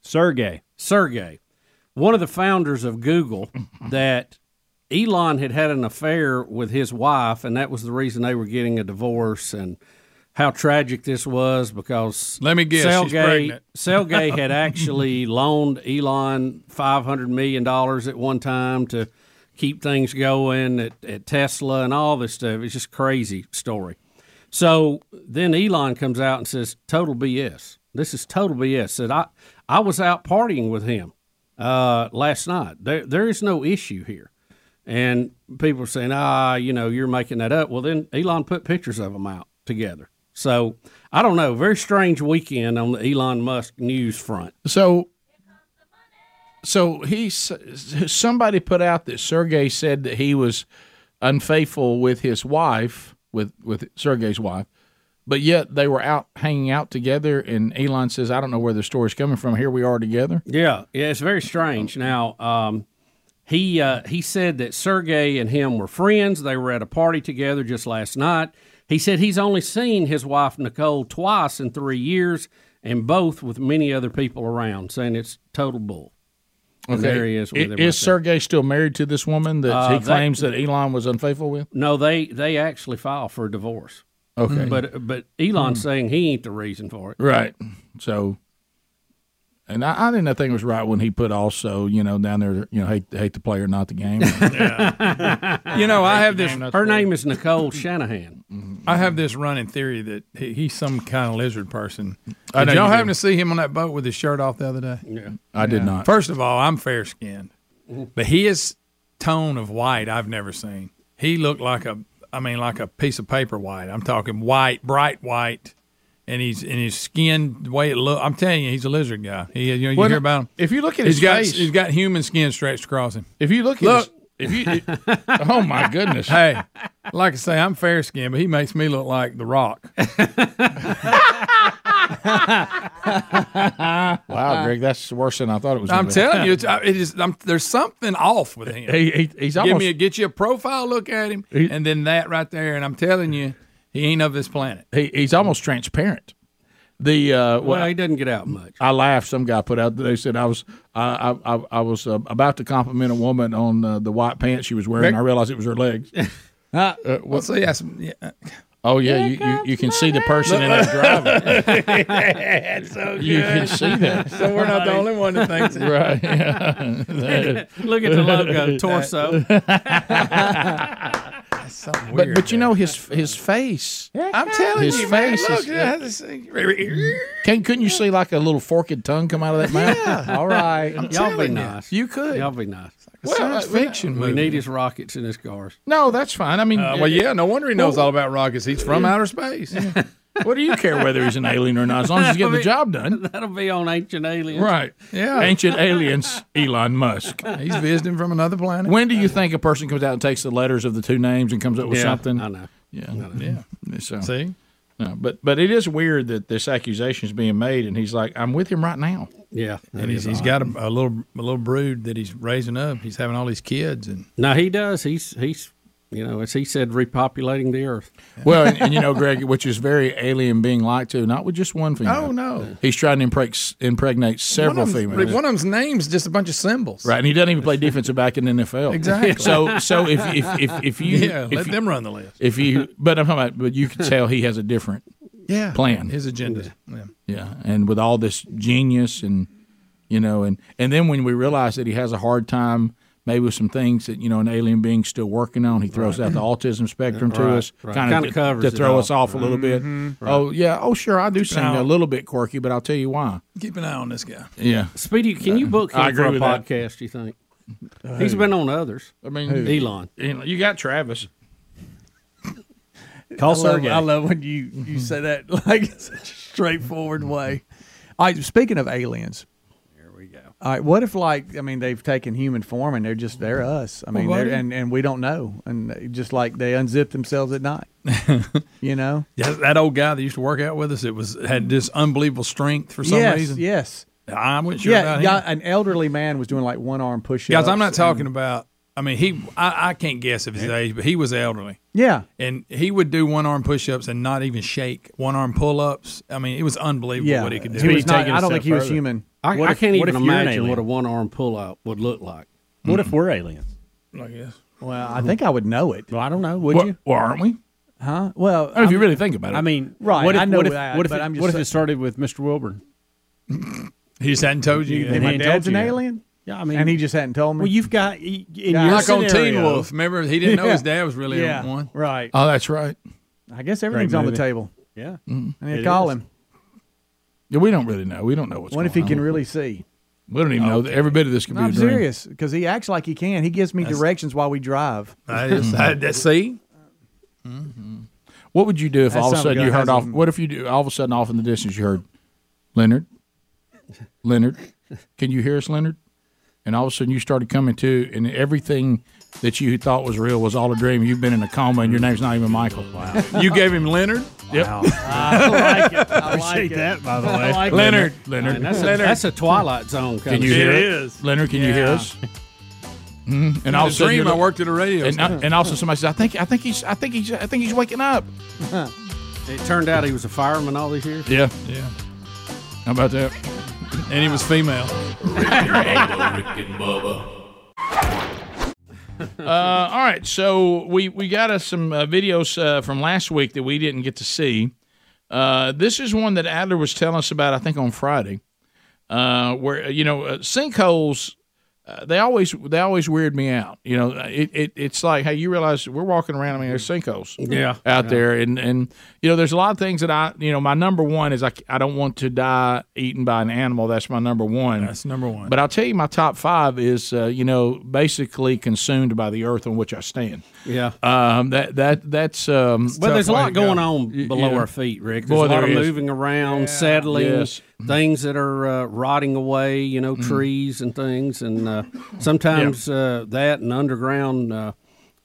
Speaker 15: Sergey.
Speaker 2: Sergey, one of the founders of Google, that Elon had had an affair with his wife, and that was the reason they were getting a divorce, and how tragic this was because
Speaker 4: Let me guess, she's
Speaker 2: Sergey
Speaker 4: pregnant.
Speaker 2: Sergey had actually loaned Elon five hundred million dollars at one time to keep things going at, at Tesla and all this stuff. It's just crazy story. So then Elon comes out and says, "Total BS. This is total BS." Said I, I was out partying with him uh, last night. There, there is no issue here. And people are saying, "Ah, you know, you're making that up." Well, then Elon put pictures of them out together. So I don't know. Very strange weekend on the Elon Musk news front.
Speaker 1: So, so he s- somebody put out that Sergey said that he was unfaithful with his wife, with with Sergey's wife, but yet they were out hanging out together. And Elon says, "I don't know where the story's coming from. Here we are together."
Speaker 2: Yeah, yeah, it's very strange. Now, um, he uh, he said that Sergey and him were friends. They were at a party together just last night. He said he's only seen his wife Nicole twice in three years, and both with many other people around, saying it's total bull. And there he is. with
Speaker 1: I-
Speaker 2: him right
Speaker 1: is
Speaker 2: there.
Speaker 1: Sergey still married to this woman that
Speaker 2: Uh,
Speaker 1: he
Speaker 2: that-
Speaker 1: claims that Elon was unfaithful with?
Speaker 2: No, they they actually file for a divorce.
Speaker 1: Okay.
Speaker 2: but but Elon's
Speaker 1: Mm.
Speaker 2: saying he ain't the reason for it.
Speaker 1: Right. So, and I, I didn't I think it was right when he put also, you know, down there, you know, hate hate the player, not the game.
Speaker 2: you
Speaker 4: know, I have this-
Speaker 2: Her name is Nicole Shanahan.
Speaker 4: I have this running theory that he, he's some kind of lizard person.
Speaker 1: I
Speaker 4: Did
Speaker 1: know
Speaker 4: y'all
Speaker 1: you do.
Speaker 4: happen to see him on that boat with his shirt off the other day?
Speaker 2: Yeah,
Speaker 1: I did not.
Speaker 4: First of all, I'm fair skinned, but his tone of white I've never seen. He looked like a, I mean, like a piece of paper white. I'm talking white, bright white, and he's and his skin the way it look. I'm telling you, he's a lizard guy. He, you know, you
Speaker 1: Well,
Speaker 4: hear about him.
Speaker 1: if you look at
Speaker 4: He's
Speaker 1: his
Speaker 4: got-
Speaker 1: face-
Speaker 4: he's got human skin stretched across him.
Speaker 1: If you look at
Speaker 4: look.
Speaker 1: his- if you, oh my goodness!
Speaker 4: Hey, like I say, I'm fair skinned, but he makes me look like The Rock.
Speaker 1: wow, Greg, that's worse than I thought it was.
Speaker 4: I'm
Speaker 1: gonna be.
Speaker 4: telling you, it's, I- it is. I'm, there's something off with him.
Speaker 1: He- he- he's
Speaker 4: Give
Speaker 1: almost-
Speaker 4: me a, get you a profile look at him,
Speaker 1: He-
Speaker 4: and then that right there. And I'm telling you, he ain't of this planet.
Speaker 1: He, he's almost transparent. The uh,
Speaker 4: Well,
Speaker 2: he doesn't get out much.
Speaker 1: I laughed. Some guy put out. They said I was I I, I, I was uh, about to compliment a woman on uh, the white pants she was wearing. and I realized it was her legs.
Speaker 4: Uh,
Speaker 1: what-
Speaker 4: well, see, that's, yeah. uh,
Speaker 1: Oh yeah, you, you, you can see the person in that driving.
Speaker 4: so
Speaker 1: You can see that.
Speaker 4: So we're not the only one that thinks it.
Speaker 1: Right, yeah.
Speaker 2: Look at the logo, torso.
Speaker 4: That's something
Speaker 1: But
Speaker 4: weird.
Speaker 1: but you know his his face.
Speaker 4: I'm telling
Speaker 1: his
Speaker 4: you,
Speaker 1: face
Speaker 4: man,
Speaker 1: is-
Speaker 4: look, yeah, Mm-hmm. this thing-
Speaker 1: Can couldn't you see like a little forked tongue come out of that mouth?
Speaker 4: Yeah.
Speaker 1: All right.
Speaker 4: I'm
Speaker 2: Y'all be
Speaker 4: telling you.
Speaker 2: nice.
Speaker 4: You could.
Speaker 2: Y'all be nice.
Speaker 4: Well, science uh, we- fiction
Speaker 2: We
Speaker 4: movie.
Speaker 2: need his rockets and his cars.
Speaker 1: No, that's fine. I mean,
Speaker 4: Uh, well, yeah, no wonder he knows all about rockets. He's from outer space.
Speaker 1: What do you care whether he's an alien or not? As long as he's getting the job done.
Speaker 2: That'll be on Ancient Aliens.
Speaker 1: Right.
Speaker 4: Yeah.
Speaker 1: Ancient aliens, Elon Musk.
Speaker 4: He's visiting from another planet.
Speaker 1: When do you think a person comes out and takes the letters of the two names and comes up with
Speaker 4: Yeah,
Speaker 1: something?
Speaker 4: I know.
Speaker 1: Yeah.
Speaker 4: Yeah.
Speaker 1: So,
Speaker 4: See?
Speaker 1: No, but but it is weird that this accusation is being made, and he's like, "I'm with him right now."
Speaker 2: Yeah,
Speaker 4: and he's, he's got a, a little a little brood that he's raising up. He's having all these kids, and
Speaker 2: Now he does. He's he's you know as he said, repopulating the earth.
Speaker 1: Well, and, and you know, Greg, which is very alien being like too, not with just one female.
Speaker 4: Oh, no.
Speaker 1: he's trying to impregnate, impregnate several
Speaker 4: one of 'em's-
Speaker 1: females.
Speaker 4: One of them's names just a bunch of symbols.
Speaker 1: Right, and he doesn't even play defensive back in the NFL.
Speaker 4: Exactly.
Speaker 1: So, so if if if, if you
Speaker 4: Yeah,
Speaker 1: if
Speaker 4: let
Speaker 1: you-
Speaker 4: them run the list.
Speaker 1: If you, but I'm talking about, but you can tell he has a different
Speaker 4: Yeah.
Speaker 1: plan.
Speaker 4: His agenda. Yeah.
Speaker 1: Yeah, and with all this genius and you know, and and then when we realize that he has a hard time, maybe with some things that you know an alien being's still working on, he throws out the autism spectrum to
Speaker 2: Right,
Speaker 1: us,
Speaker 2: right.
Speaker 1: kind of
Speaker 2: Kinda
Speaker 1: to,
Speaker 2: covers
Speaker 1: to
Speaker 2: it
Speaker 1: throw
Speaker 2: all.
Speaker 1: us off a little bit.
Speaker 4: Mhm. Right.
Speaker 1: Oh yeah, oh sure, I do
Speaker 4: Keep an
Speaker 1: seem
Speaker 4: eye
Speaker 1: a
Speaker 4: on-
Speaker 1: little bit quirky, but I'll tell you why.
Speaker 4: Keep an eye on this guy.
Speaker 1: Yeah.
Speaker 2: Speedy, can you book him
Speaker 1: Uh, I agree
Speaker 2: for a
Speaker 1: with that.
Speaker 2: podcast? You think
Speaker 1: Uh,
Speaker 2: he's
Speaker 1: who?
Speaker 2: been on others?
Speaker 1: I mean,
Speaker 2: Elon.
Speaker 1: Elon. You got Travis.
Speaker 17: I
Speaker 1: Call
Speaker 17: love,
Speaker 1: Sergey.
Speaker 17: I love when you you say that like in such a straightforward way. All right, speaking of aliens. There we go.
Speaker 5: All right, what if like I mean they've taken human form and they're just they're us. I mean,
Speaker 17: Well,
Speaker 5: they're,
Speaker 17: buddy.
Speaker 5: and and we don't know, and they- just like they unzip themselves at night, you know.
Speaker 4: Yeah, that old guy that used to work out with us. It was had this unbelievable strength for some
Speaker 5: yes,
Speaker 4: reason.
Speaker 5: yes.
Speaker 4: I wasn't sure
Speaker 5: yeah,
Speaker 4: about him.
Speaker 5: yeah, an elderly man was doing like one arm push-ups.
Speaker 4: Guys, I'm not talking
Speaker 5: and-
Speaker 4: about. I mean, he. I, I can't guess of his age, but he was elderly.
Speaker 5: Yeah.
Speaker 4: and he would do one arm push ups and not even shake. One arm pull ups. I mean, it was unbelievable
Speaker 5: Yeah.
Speaker 4: what he could do.
Speaker 5: He was Speedy, not- take it a I don't step think he was further. human.
Speaker 2: I,
Speaker 4: What
Speaker 2: I
Speaker 4: if-
Speaker 2: can't
Speaker 4: what if
Speaker 2: even
Speaker 4: you're an
Speaker 2: imagine
Speaker 4: alien?
Speaker 2: what a one arm pull out would look like.
Speaker 15: What if we're aliens?
Speaker 4: I guess.
Speaker 5: Well, I think I would know it.
Speaker 15: Well, I don't know. Would
Speaker 5: Well-
Speaker 15: you?
Speaker 1: Well, aren't we?
Speaker 5: Huh? Well,
Speaker 15: if you
Speaker 1: really think about
Speaker 15: I mean,
Speaker 5: right?
Speaker 15: What if,
Speaker 5: I know
Speaker 15: what if,
Speaker 5: that,
Speaker 15: What if,
Speaker 5: but
Speaker 15: it,
Speaker 5: I'm just
Speaker 15: what if
Speaker 5: saying-
Speaker 15: it started with Mr. Wilburn?
Speaker 4: he just hadn't told you.
Speaker 5: And my dad's an alien.
Speaker 15: Yeah, I mean,
Speaker 5: and he just hadn't told me.
Speaker 15: Well, you've got in your
Speaker 4: like on Teen
Speaker 15: scenario-
Speaker 4: Wolf. Remember, he didn't know his
Speaker 5: Yeah.
Speaker 4: dad was really
Speaker 5: Yeah.
Speaker 4: one.
Speaker 5: Right.
Speaker 1: Oh, that's right.
Speaker 5: I guess everything's on the
Speaker 1: movie.
Speaker 5: table.
Speaker 15: Yeah,
Speaker 5: I need to
Speaker 1: It
Speaker 5: call
Speaker 1: is.
Speaker 5: him.
Speaker 1: Yeah, we don't really know. We don't know what's.
Speaker 5: What
Speaker 1: going
Speaker 5: if he
Speaker 1: on.
Speaker 5: can really see?
Speaker 1: We don't even know. Every bit of this could
Speaker 5: No,
Speaker 1: be a
Speaker 5: I'm
Speaker 1: dream.
Speaker 5: serious because he acts like he can. He gives me
Speaker 1: That's-
Speaker 5: directions while we drive.
Speaker 4: I just, I, that, see,
Speaker 1: What would you do if
Speaker 5: That
Speaker 1: all of a
Speaker 5: sounded
Speaker 1: sudden
Speaker 5: good.
Speaker 1: you heard
Speaker 5: That
Speaker 1: off?
Speaker 5: sounded-
Speaker 1: What if you do all of a sudden off in the distance you heard, Leonard, Leonard, can you hear us, Leonard? And all of a sudden you started coming to, and everything that you thought was real was all a dream. You've been in a coma, and your name's not even Michael. Wow.
Speaker 4: you gave him Leonard.
Speaker 1: Yep.
Speaker 2: I like it. I
Speaker 15: appreciate that, by the
Speaker 2: I
Speaker 15: way.
Speaker 2: like it.
Speaker 1: Leonard,
Speaker 2: Man,
Speaker 1: Leonard,
Speaker 2: that's,
Speaker 1: Leonard.
Speaker 2: A, that's a Twilight Zone.
Speaker 1: Can you hear us, Leonard? Can you hear us? Mhm. And
Speaker 4: I
Speaker 1: also
Speaker 4: dream
Speaker 1: you're
Speaker 4: I
Speaker 1: look-
Speaker 4: worked at a radio
Speaker 1: And,
Speaker 4: station.
Speaker 1: and also somebody says, I think I think he's I think he's I think he's waking up.
Speaker 2: It turned out he was a fireman all these years.
Speaker 1: Yeah. Yeah. How about that?
Speaker 4: And he was female.
Speaker 6: Rick and Bubba.
Speaker 1: uh, all right, so we we got us some uh, videos uh, from last week that we didn't get to see. Uh, this is one that Adler was telling us about, I think, on Friday, uh, where you know uh, sinkholes. Uh, they always they always weird me out. You know, it, it it's like, hey, you realize we're walking around. I mean, there's sinkholes,
Speaker 4: Yeah.
Speaker 1: out
Speaker 4: Yeah.
Speaker 1: there, and and you know, there's a lot of things that I, you know, my number one is I c- I don't want to die eaten by an animal. That's my number one.
Speaker 4: That's number one.
Speaker 1: But I'll tell you, my top five is uh, you know basically consumed by the earth on which I stand.
Speaker 2: Yeah.
Speaker 1: Um, that that that's um.
Speaker 2: Well, there's a lot going on
Speaker 1: Y-
Speaker 2: below
Speaker 1: yeah.
Speaker 2: our feet, Rick. There's
Speaker 1: Boy,
Speaker 2: a lot
Speaker 1: there
Speaker 2: of
Speaker 1: is.
Speaker 2: moving around, settling,
Speaker 1: Yes.
Speaker 2: things that are uh, rotting away, you know, trees and things. And uh, sometimes uh, that and underground uh,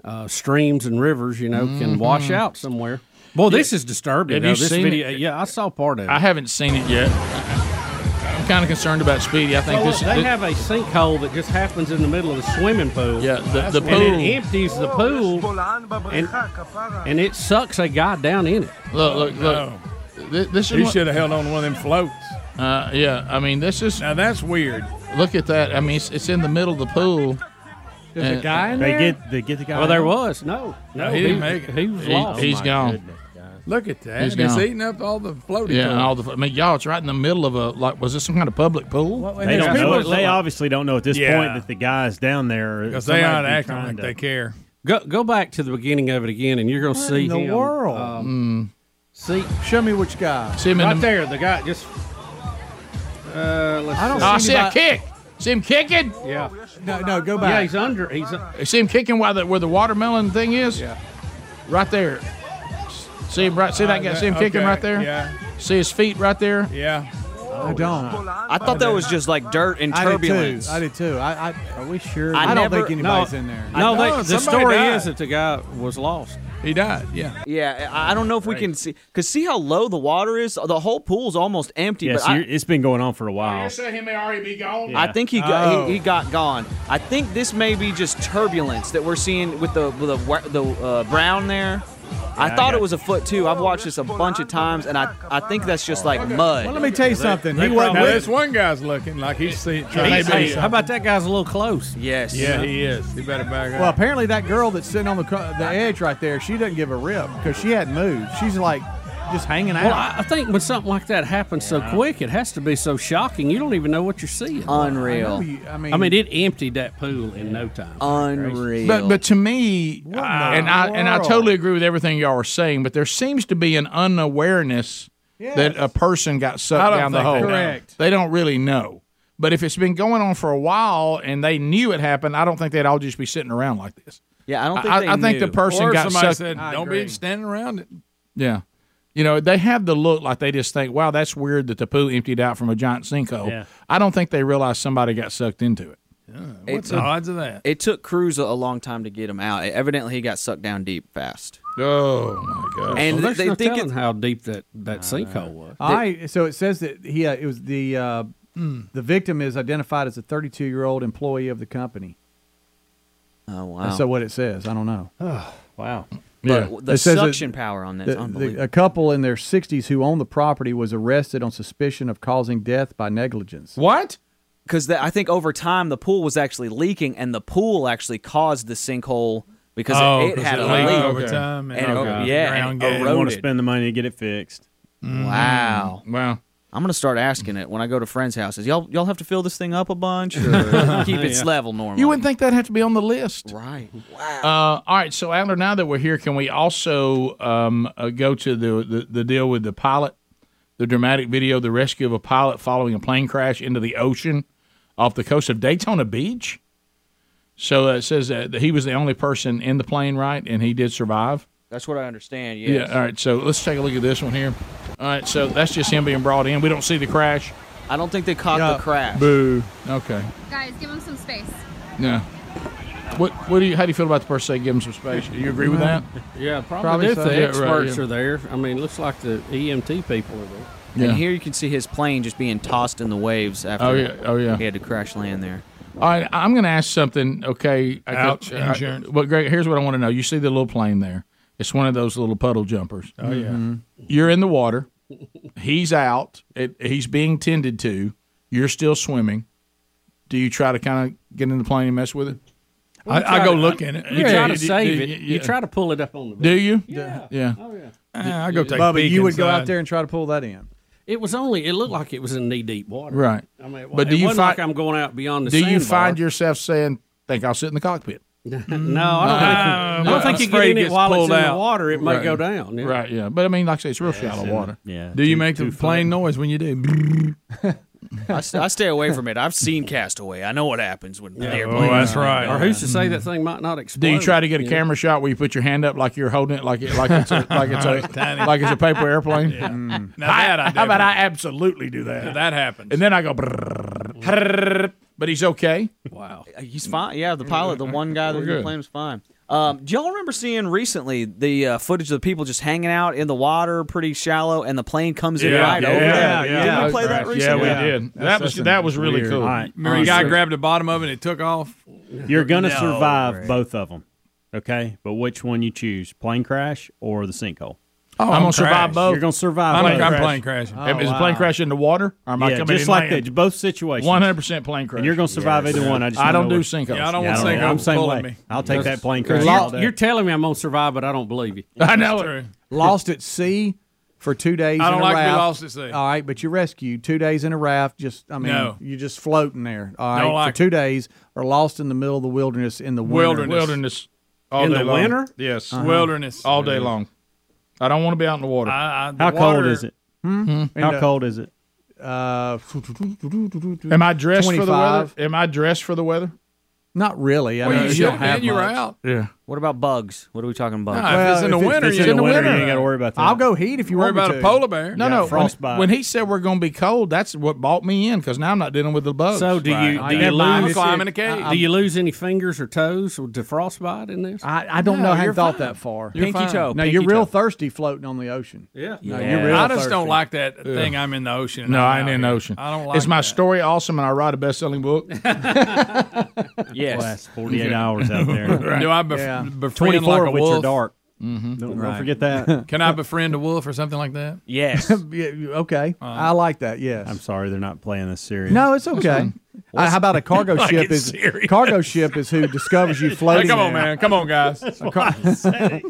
Speaker 2: uh, streams and rivers, you know, can wash
Speaker 1: Mhm.
Speaker 2: out somewhere. Well, Mm-hmm. this is disturbing.
Speaker 1: Have
Speaker 2: though.
Speaker 1: you
Speaker 2: this
Speaker 1: seen
Speaker 2: video,
Speaker 1: it?
Speaker 2: Yeah, I saw part of it.
Speaker 1: I haven't seen it yet. I'm kind of concerned about Speedy. I think
Speaker 2: Well,
Speaker 1: this.
Speaker 2: look, they
Speaker 1: thi-
Speaker 2: have a sinkhole that just happens in the middle of the swimming pool.
Speaker 1: Yeah, the, the
Speaker 2: And
Speaker 1: pool.
Speaker 2: it empties the pool, and, and it sucks a guy down in it.
Speaker 1: Look, look, look. Th- This is
Speaker 4: He
Speaker 1: what-
Speaker 4: should have held on to one of them floats.
Speaker 1: Uh, yeah, I mean, this is
Speaker 4: now that's weird.
Speaker 1: Look at that. I mean, it's, it's in the middle of the pool.
Speaker 15: There's a
Speaker 1: And-
Speaker 15: guy in They there? get- they get the guy
Speaker 2: Well, Oh, there was no, no.
Speaker 4: No, he didn't make it.
Speaker 2: He was
Speaker 1: He-
Speaker 2: lost.
Speaker 1: he's gone.
Speaker 4: Look at that.
Speaker 1: He's
Speaker 4: and it's
Speaker 1: gone.
Speaker 4: eating up all the floaty.
Speaker 1: Yeah, and
Speaker 4: pool.
Speaker 1: all the. I mean, y'all, it's right in the middle of a like. Was this some kind of public pool?
Speaker 15: They don't know. They obviously don't know at this
Speaker 4: Yeah.
Speaker 15: point that the guys down there
Speaker 4: Because they aren't
Speaker 15: somebody be
Speaker 4: acting
Speaker 15: trying
Speaker 4: like
Speaker 15: to-
Speaker 4: they care.
Speaker 2: Go go back to the beginning of it again, and you're gonna see
Speaker 15: in the
Speaker 2: him,
Speaker 15: world?
Speaker 2: um,
Speaker 17: See, show me which guy.
Speaker 1: See him in
Speaker 2: right
Speaker 1: the-
Speaker 2: there. The guy just. Uh, let's
Speaker 1: I don't
Speaker 2: see.
Speaker 1: Oh, see I see a kick. See him kicking.
Speaker 2: Yeah.
Speaker 17: No, no, go
Speaker 1: back.
Speaker 2: Yeah, he's under. He's. Uh,
Speaker 1: You see him kicking where the where the watermelon thing is. Yeah. Right there. See him right. See that guy. See him kicking
Speaker 4: Okay,
Speaker 1: right there.
Speaker 4: yeah.
Speaker 1: See his feet right there.
Speaker 4: Yeah.
Speaker 17: I don't.
Speaker 18: I thought that was just like dirt and turbulence.
Speaker 17: I did too. I, I are we sure?
Speaker 18: I
Speaker 17: I, don't
Speaker 18: never-
Speaker 17: think anybody's
Speaker 18: no.
Speaker 17: in there.
Speaker 18: No, they- the
Speaker 17: somebody
Speaker 18: story
Speaker 17: died.
Speaker 18: is
Speaker 2: that the guy was lost.
Speaker 4: He died. Yeah.
Speaker 18: Yeah, I I don't know if we can see because see how low the water is. The whole pool's almost empty.
Speaker 15: Yeah,
Speaker 18: but
Speaker 15: so
Speaker 18: I,
Speaker 15: you're, it's been going on for a while.
Speaker 1: he may already be gone.
Speaker 18: I think he got
Speaker 15: Oh.
Speaker 18: he, he got gone. I think this may be just turbulence that we're seeing with the with the wa- the uh, brown there. I
Speaker 15: Yeah, I
Speaker 18: thought
Speaker 15: got-
Speaker 18: it was a foot too. I've watched this a bunch of times, and I I think that's just like mud.
Speaker 4: Well, let me tell you something. He wasn't
Speaker 18: probably-
Speaker 4: with- this one guy's looking like he's seeing.
Speaker 18: He's- hey, how
Speaker 2: about that guy's a little close?
Speaker 18: Yes.
Speaker 4: Yeah, he is. He better back up.
Speaker 17: Well, apparently that girl that's sitting on the co- the edge right there, she doesn't give a rip because she hadn't moved. She's like just hanging out.
Speaker 2: Well, I, I think when something like that happens so quick, it has to be so shocking. You don't even know what you're seeing.
Speaker 18: Unreal.
Speaker 2: I,
Speaker 18: I know you- Um, I
Speaker 2: mean,
Speaker 18: mean- um,
Speaker 2: it emptied that pool in no time.
Speaker 18: Unreal.
Speaker 1: But but to me, uh,
Speaker 2: the
Speaker 1: and I and I
Speaker 2: world?
Speaker 1: totally agree with everything y'all are saying. But there seems to be an unawareness that a person got
Speaker 4: I
Speaker 1: sucked
Speaker 4: don't
Speaker 1: down the
Speaker 4: think they
Speaker 1: hole.
Speaker 4: know. Correct.
Speaker 1: They don't really know. But if it's been going on for a while and they knew it happened, I don't think they'd all just be sitting around like this.
Speaker 18: Yeah, I don't think
Speaker 1: I,
Speaker 18: they
Speaker 1: I think the
Speaker 18: knew.
Speaker 1: person
Speaker 4: Or
Speaker 1: got
Speaker 4: somebody
Speaker 1: sucked.
Speaker 4: said, "Don't be standing around it."
Speaker 1: Yeah. You know, they have the look like they just think, wow, that's weird that the poo emptied out from a giant sinkhole.
Speaker 18: Yeah.
Speaker 1: I don't think they realize somebody got sucked into it.
Speaker 4: What's the odds of that?
Speaker 18: It took Cruz a, a long time to get him out. Evidently, he got sucked down deep fast.
Speaker 1: Oh my
Speaker 18: god! And
Speaker 2: Well,
Speaker 18: they,
Speaker 2: there's no
Speaker 18: think
Speaker 2: telling
Speaker 18: it's
Speaker 2: how deep that, that sinkhole was.
Speaker 17: I so it says that he uh, it was the uh, the victim is identified as a 32 year old employee of the company.
Speaker 18: Oh wow!
Speaker 17: That's so what it says. I don't know.
Speaker 2: wow.
Speaker 18: But the
Speaker 17: It says that
Speaker 18: suction power on
Speaker 17: the-
Speaker 18: this,
Speaker 17: the-
Speaker 18: unbelievable.
Speaker 17: a couple in their 60s who owned the property was arrested on suspicion of causing death by negligence.
Speaker 1: What?
Speaker 18: Because I think over time the pool was actually leaking, and the pool actually caused the sinkhole because it-
Speaker 15: Oh,
Speaker 18: it,
Speaker 15: 'cause
Speaker 18: had
Speaker 15: it
Speaker 18: a
Speaker 15: leaked
Speaker 18: leak
Speaker 15: over time and-
Speaker 18: And
Speaker 15: Okay.
Speaker 18: over- yeah,
Speaker 15: Ground
Speaker 18: and
Speaker 15: game. Mm-hmm.
Speaker 18: it
Speaker 15: Didn't wanna
Speaker 18: eroded.
Speaker 15: spend the money to get it fixed.
Speaker 18: Wow.
Speaker 1: Wow.
Speaker 18: I'm gonna start asking it when I go to friends' houses. Y'all, y'all have to fill this thing up a bunch, or keep its
Speaker 1: Yeah.
Speaker 18: level normal.
Speaker 1: You wouldn't think that'd have to be on the list.
Speaker 18: Right.
Speaker 1: Uh, all right. So, Adler, now that we're here, can we also um, uh, go to the, the, the deal with the pilot, the dramatic video, the rescue of a pilot following a plane crash into the ocean off the coast of Daytona Beach? So uh, it says uh, that he was the only person in the plane, right? And he did survive.
Speaker 18: That's what I understand.
Speaker 1: Yeah. All right. So let's take a look at this one here. All right. So that's just him being brought in. We don't see the crash.
Speaker 18: I don't think they caught
Speaker 17: Uh,
Speaker 18: the crash.
Speaker 1: Boo. Okay.
Speaker 19: Guys, give him some space.
Speaker 1: Yeah. What What do you How do you feel about the person say give him some space? Do you agree with that?
Speaker 2: Yeah, probably,
Speaker 1: Probably
Speaker 2: do.
Speaker 1: so.
Speaker 2: The
Speaker 1: Yeah, right,
Speaker 2: experts
Speaker 1: yeah.
Speaker 2: are there. I mean, looks like the EMT people are there.
Speaker 1: Yeah.
Speaker 18: And here you can see his plane just being tossed in the waves after.
Speaker 1: Oh, yeah. Oh, yeah.
Speaker 18: He had to crash land there.
Speaker 1: All right, I'm going to ask something. Okay, I
Speaker 4: Ouch,
Speaker 1: I-
Speaker 4: insurance.
Speaker 1: but Greg, here's what I want to know. You see the little plane there? It's one of those little puddle jumpers.
Speaker 4: Oh, yeah.
Speaker 2: Mm-hmm.
Speaker 4: Mhm.
Speaker 1: You're in the water. He's out. It, he's being tended to. You're still swimming. Do you try to kind of get in the plane and mess with it?
Speaker 4: I- I go look in it.
Speaker 2: You
Speaker 4: Yeah,
Speaker 2: try to
Speaker 4: you-
Speaker 2: save
Speaker 4: you-
Speaker 2: it.
Speaker 4: you-
Speaker 2: You try to pull it up on the.
Speaker 1: Do you?
Speaker 2: Yeah.
Speaker 1: Yeah.
Speaker 2: Oh yeah.
Speaker 4: Ah, I go take a
Speaker 5: Bubba,
Speaker 4: peek
Speaker 5: you would go
Speaker 4: inside.
Speaker 5: out there and try to pull that in.
Speaker 2: It was only. It looked like it was in knee deep water.
Speaker 1: Right.
Speaker 2: I mean, it,
Speaker 1: But do
Speaker 2: it
Speaker 1: you
Speaker 2: wasn't
Speaker 1: fi-
Speaker 2: like I'm going out beyond the.
Speaker 1: Do you
Speaker 2: sandbar.
Speaker 1: find yourself saying, "Think I'll sit in the cockpit"?
Speaker 2: no, I don't think.
Speaker 1: Ah,
Speaker 2: I don't think you get in it while it's in the water. It may go down. Yeah.
Speaker 1: Right. Yeah. But I mean, like I say, it's real shallow
Speaker 4: in-
Speaker 1: water.
Speaker 4: yeah, Do you too- make the too plane noise when you do?
Speaker 18: I, st- I stay away from it. I've seen Castaway. I know what happens when the
Speaker 4: Oh,
Speaker 18: airplane.
Speaker 2: Or who's to say that thing might not explode?
Speaker 1: Mm-hmm. Do you try to get a
Speaker 2: know?
Speaker 1: camera shot where you put your hand up like you're holding it like it like it's a, like it's a
Speaker 4: Tiny.
Speaker 1: like it's a paper airplane?
Speaker 4: Yeah.
Speaker 1: Mm.
Speaker 4: Now that I
Speaker 1: how about
Speaker 4: definitely-
Speaker 1: I absolutely do that?
Speaker 4: That happens.
Speaker 1: And then I go, brrrr, brrrr, but he's okay.
Speaker 2: Wow.
Speaker 18: He's fine. Yeah, the pilot, the one guy that
Speaker 1: We're
Speaker 18: was in the
Speaker 1: good.
Speaker 18: plane was fine. Um, do y'all remember seeing recently the uh, footage of the people just hanging out in the water, pretty shallow, and the plane comes in
Speaker 4: Yeah,
Speaker 18: right
Speaker 4: yeah,
Speaker 18: over?
Speaker 4: yeah,
Speaker 18: Did
Speaker 4: yeah.
Speaker 18: we play that
Speaker 4: Yeah,
Speaker 18: recently?
Speaker 4: we did.
Speaker 1: That was- that was really cool.
Speaker 4: Remember, the guy grabbed the bottom of it and it took off.
Speaker 15: You're going to
Speaker 4: No.
Speaker 15: survive both of them, okay? But which one you choose, plane crash or the sinkhole?
Speaker 1: Oh, I'm I'm gonna survive crashed. both.
Speaker 15: You're going to survive
Speaker 1: I'm-
Speaker 15: both.
Speaker 1: I'm plane crashing.
Speaker 4: Oh,
Speaker 1: Is the plane crash in the water or am I
Speaker 15: Yeah,
Speaker 1: coming
Speaker 15: just
Speaker 1: in
Speaker 15: like
Speaker 1: land?
Speaker 15: that, both situations.
Speaker 1: 100% plane crash.
Speaker 15: And you're going to survive
Speaker 1: Yes.
Speaker 15: either one. I just
Speaker 1: I
Speaker 15: wanna
Speaker 1: don't
Speaker 15: know
Speaker 1: do
Speaker 15: which-
Speaker 1: sinkholes.
Speaker 15: Yeah, I'm the same way. I'll take that plane crash. all day.
Speaker 2: You're telling me I'm gonna survive, but I don't believe you.
Speaker 1: I know it.
Speaker 5: Lost at sea for two days.
Speaker 2: I
Speaker 5: in
Speaker 2: don't
Speaker 5: a
Speaker 2: like to be
Speaker 5: raft.
Speaker 2: lost at sea.
Speaker 5: All right, but you're rescued two days in a raft. Just I mean,
Speaker 4: No.
Speaker 5: you're just floating there. All right,
Speaker 4: Don't like
Speaker 5: for two days, or lost in the middle of the wilderness in the winter.
Speaker 1: Wilderness. Wilderness. All
Speaker 5: In
Speaker 1: day
Speaker 5: the
Speaker 1: long.
Speaker 5: winter?
Speaker 1: Yes.
Speaker 5: Uh-huh.
Speaker 4: Wilderness.
Speaker 1: All day
Speaker 4: Yeah.
Speaker 1: long. I don't want to be out in the water.
Speaker 4: I- I-
Speaker 15: How cold is it?
Speaker 5: Hmm?
Speaker 15: How cold is it?
Speaker 5: Uh,
Speaker 1: Am I dressed for the
Speaker 5: 25.
Speaker 1: weather? Am I dressed for the weather?
Speaker 5: Not really. I
Speaker 1: Well,
Speaker 5: mean,
Speaker 1: you
Speaker 5: you
Speaker 1: should
Speaker 5: don't
Speaker 1: have
Speaker 5: have
Speaker 1: been. You were
Speaker 5: much.
Speaker 1: out. Yeah.
Speaker 18: What about bugs? What are we talking bugs?
Speaker 1: Nah, if Well, it's in the if it's- winter, it's you're in in the the winter, winter. you ain't gotta worry about that.
Speaker 5: I'll go heat if you
Speaker 1: Worry
Speaker 5: want me
Speaker 1: about
Speaker 5: to.
Speaker 1: a polar bear. No,
Speaker 5: Yeah,
Speaker 1: no. When,
Speaker 5: frostbite.
Speaker 1: when he said we're going to be cold, that's what bought me in because now I'm not dealing with the bugs.
Speaker 2: So do you? Do you lose? Do you
Speaker 1: lose?
Speaker 2: lose any fingers or toes to frostbite in this?
Speaker 5: I, I don't know. I hadn't thought that far.
Speaker 2: You're Pinky fine. toe,
Speaker 5: No,
Speaker 2: pinky
Speaker 5: you're real thirsty floating on the ocean.
Speaker 2: Yeah.
Speaker 5: No,
Speaker 1: Yeah.
Speaker 5: you're real
Speaker 4: I just
Speaker 5: thirsty.
Speaker 4: don't like that thing. I'm in the ocean. and
Speaker 1: No,
Speaker 4: I'm
Speaker 1: I ain't
Speaker 4: out
Speaker 1: in the
Speaker 4: here.
Speaker 1: ocean.
Speaker 4: I don't like.
Speaker 1: Is my story awesome and I write a best selling book?
Speaker 15: Yes. Last 48 hours out there.
Speaker 1: Right.
Speaker 4: Do I bef-
Speaker 1: Yeah.
Speaker 4: befriend
Speaker 15: 24
Speaker 4: like a
Speaker 15: of which
Speaker 4: wolf?
Speaker 15: are dark.
Speaker 4: Mhm.
Speaker 15: Don't, don't forget that.
Speaker 4: Can I befriend a wolf or something like that?
Speaker 18: Yes.
Speaker 5: okay. I like that. Yes.
Speaker 15: I'm sorry they're not playing this serious.
Speaker 5: No, it's okay. Uh, how about a cargo
Speaker 15: Like
Speaker 5: ship?
Speaker 15: it's
Speaker 5: Is
Speaker 15: serious.
Speaker 5: cargo ship is who discovers you floating?
Speaker 4: come on,
Speaker 5: there.
Speaker 4: man. Come on, guys.
Speaker 18: hey,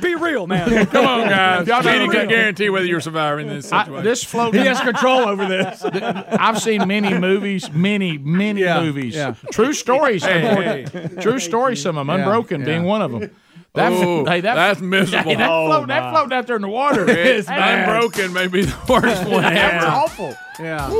Speaker 18: be real,
Speaker 4: man. Come on, guys.
Speaker 1: Y'all
Speaker 4: Y'all
Speaker 1: not real.
Speaker 4: can guarantee whether you're surviving this
Speaker 1: I-
Speaker 4: situation.
Speaker 1: this floating.
Speaker 4: He has
Speaker 5: control over this.
Speaker 1: I've seen many movies, many, many movies.
Speaker 4: yeah.
Speaker 1: True stories.
Speaker 4: Hey,
Speaker 1: unfortunately. True stories. Some of them, Unbroken
Speaker 4: Yeah.
Speaker 1: being one of them. That,
Speaker 4: Oh,
Speaker 1: hey, that,
Speaker 4: that's miserable.
Speaker 1: Hey, that,
Speaker 4: Oh,
Speaker 1: float, that
Speaker 4: my.
Speaker 1: floating out there in the water.
Speaker 4: It's Unbroken may be the worst one
Speaker 1: That's
Speaker 4: ever.
Speaker 1: awful.
Speaker 5: Yeah.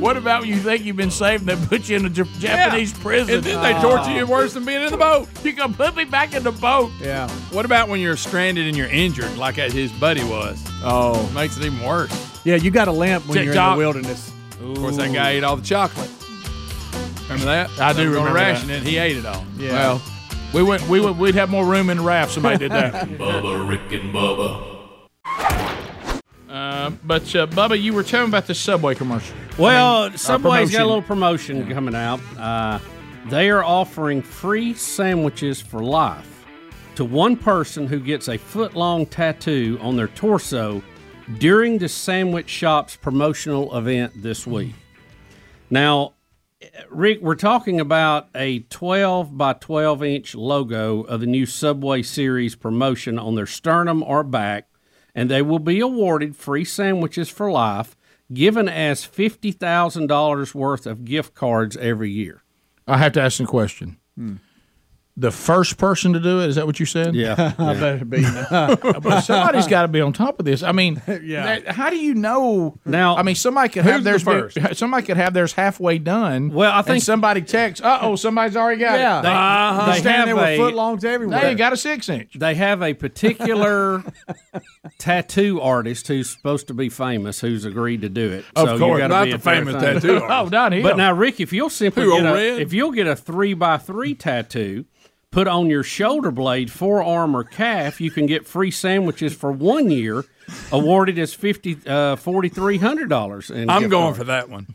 Speaker 1: What about when you think you've been saved and they put you in a J- Japanese prison?
Speaker 4: And then they torture you worse than being in the boat.
Speaker 1: You can put me back in the boat.
Speaker 5: Yeah.
Speaker 4: What about when you're stranded and you're injured, like his buddy was?
Speaker 1: Oh,
Speaker 4: makes it even worse.
Speaker 5: Yeah, you got a limp when you're in
Speaker 4: TikTok.
Speaker 5: the wilderness.
Speaker 4: Of course, that guy ate all the chocolate. Remember that?
Speaker 1: I do
Speaker 4: They were gonna
Speaker 1: remember
Speaker 4: ration it.
Speaker 1: that.
Speaker 4: He ate it all.
Speaker 1: Yeah. Well, we went. We would. We'd have more room in the raft. if Somebody did that.
Speaker 6: Bubba, Rick and Bubba.
Speaker 1: Uh, but uh, Bubba, you were telling about the Subway commercial.
Speaker 2: Well,
Speaker 1: mean, uh,
Speaker 2: Subway's got a
Speaker 1: promotion.
Speaker 2: little promotion coming out. Uh, they are offering free sandwiches for life to one person who gets a foot long tattoo on their torso during the sandwich shop's promotional event this week. Now, Rick, we're talking about a 12 by 12 inch logo of the new Subway Series promotion on their sternum or back, and they will be awarded free sandwiches for life, given as $50,000 worth of gift cards every year.
Speaker 1: I have to ask a question. The first person to do it is that what you said?
Speaker 2: Hmm. Yeah.
Speaker 5: I better be.
Speaker 1: but somebody's got to be on top of this. I mean, that- how do you know?
Speaker 2: Now,
Speaker 1: I mean, somebody could
Speaker 2: Who's
Speaker 1: have theirs.
Speaker 2: the
Speaker 1: been- Somebody could have theirs halfway done.
Speaker 2: Well, I think-
Speaker 1: and somebody texts. Uh oh, somebody's already got
Speaker 2: Yeah.
Speaker 1: it.
Speaker 2: They- Uh-huh. they
Speaker 1: Stand there
Speaker 2: have
Speaker 1: with
Speaker 2: a-
Speaker 1: foot
Speaker 5: longs everywhere.
Speaker 1: They ain't got a six inch.
Speaker 2: They have a particular tattoo artist who's supposed to be famous who's agreed to do it.
Speaker 1: Of
Speaker 2: you
Speaker 1: course.
Speaker 2: gotta
Speaker 1: Not
Speaker 2: be
Speaker 1: the
Speaker 2: a fair
Speaker 1: famous
Speaker 2: thing.
Speaker 1: tattoo artist. Oh, not him.
Speaker 2: But now, Rick, if you'll simply
Speaker 1: Who,
Speaker 2: get
Speaker 1: old
Speaker 2: a,
Speaker 1: Red?
Speaker 2: if you'll get a three by three tattoo put on your shoulder blade, forearm, or calf, you can get free sandwiches for one year, awarded as fifty uh, forty three hundred dollars.
Speaker 4: I'm going for that one.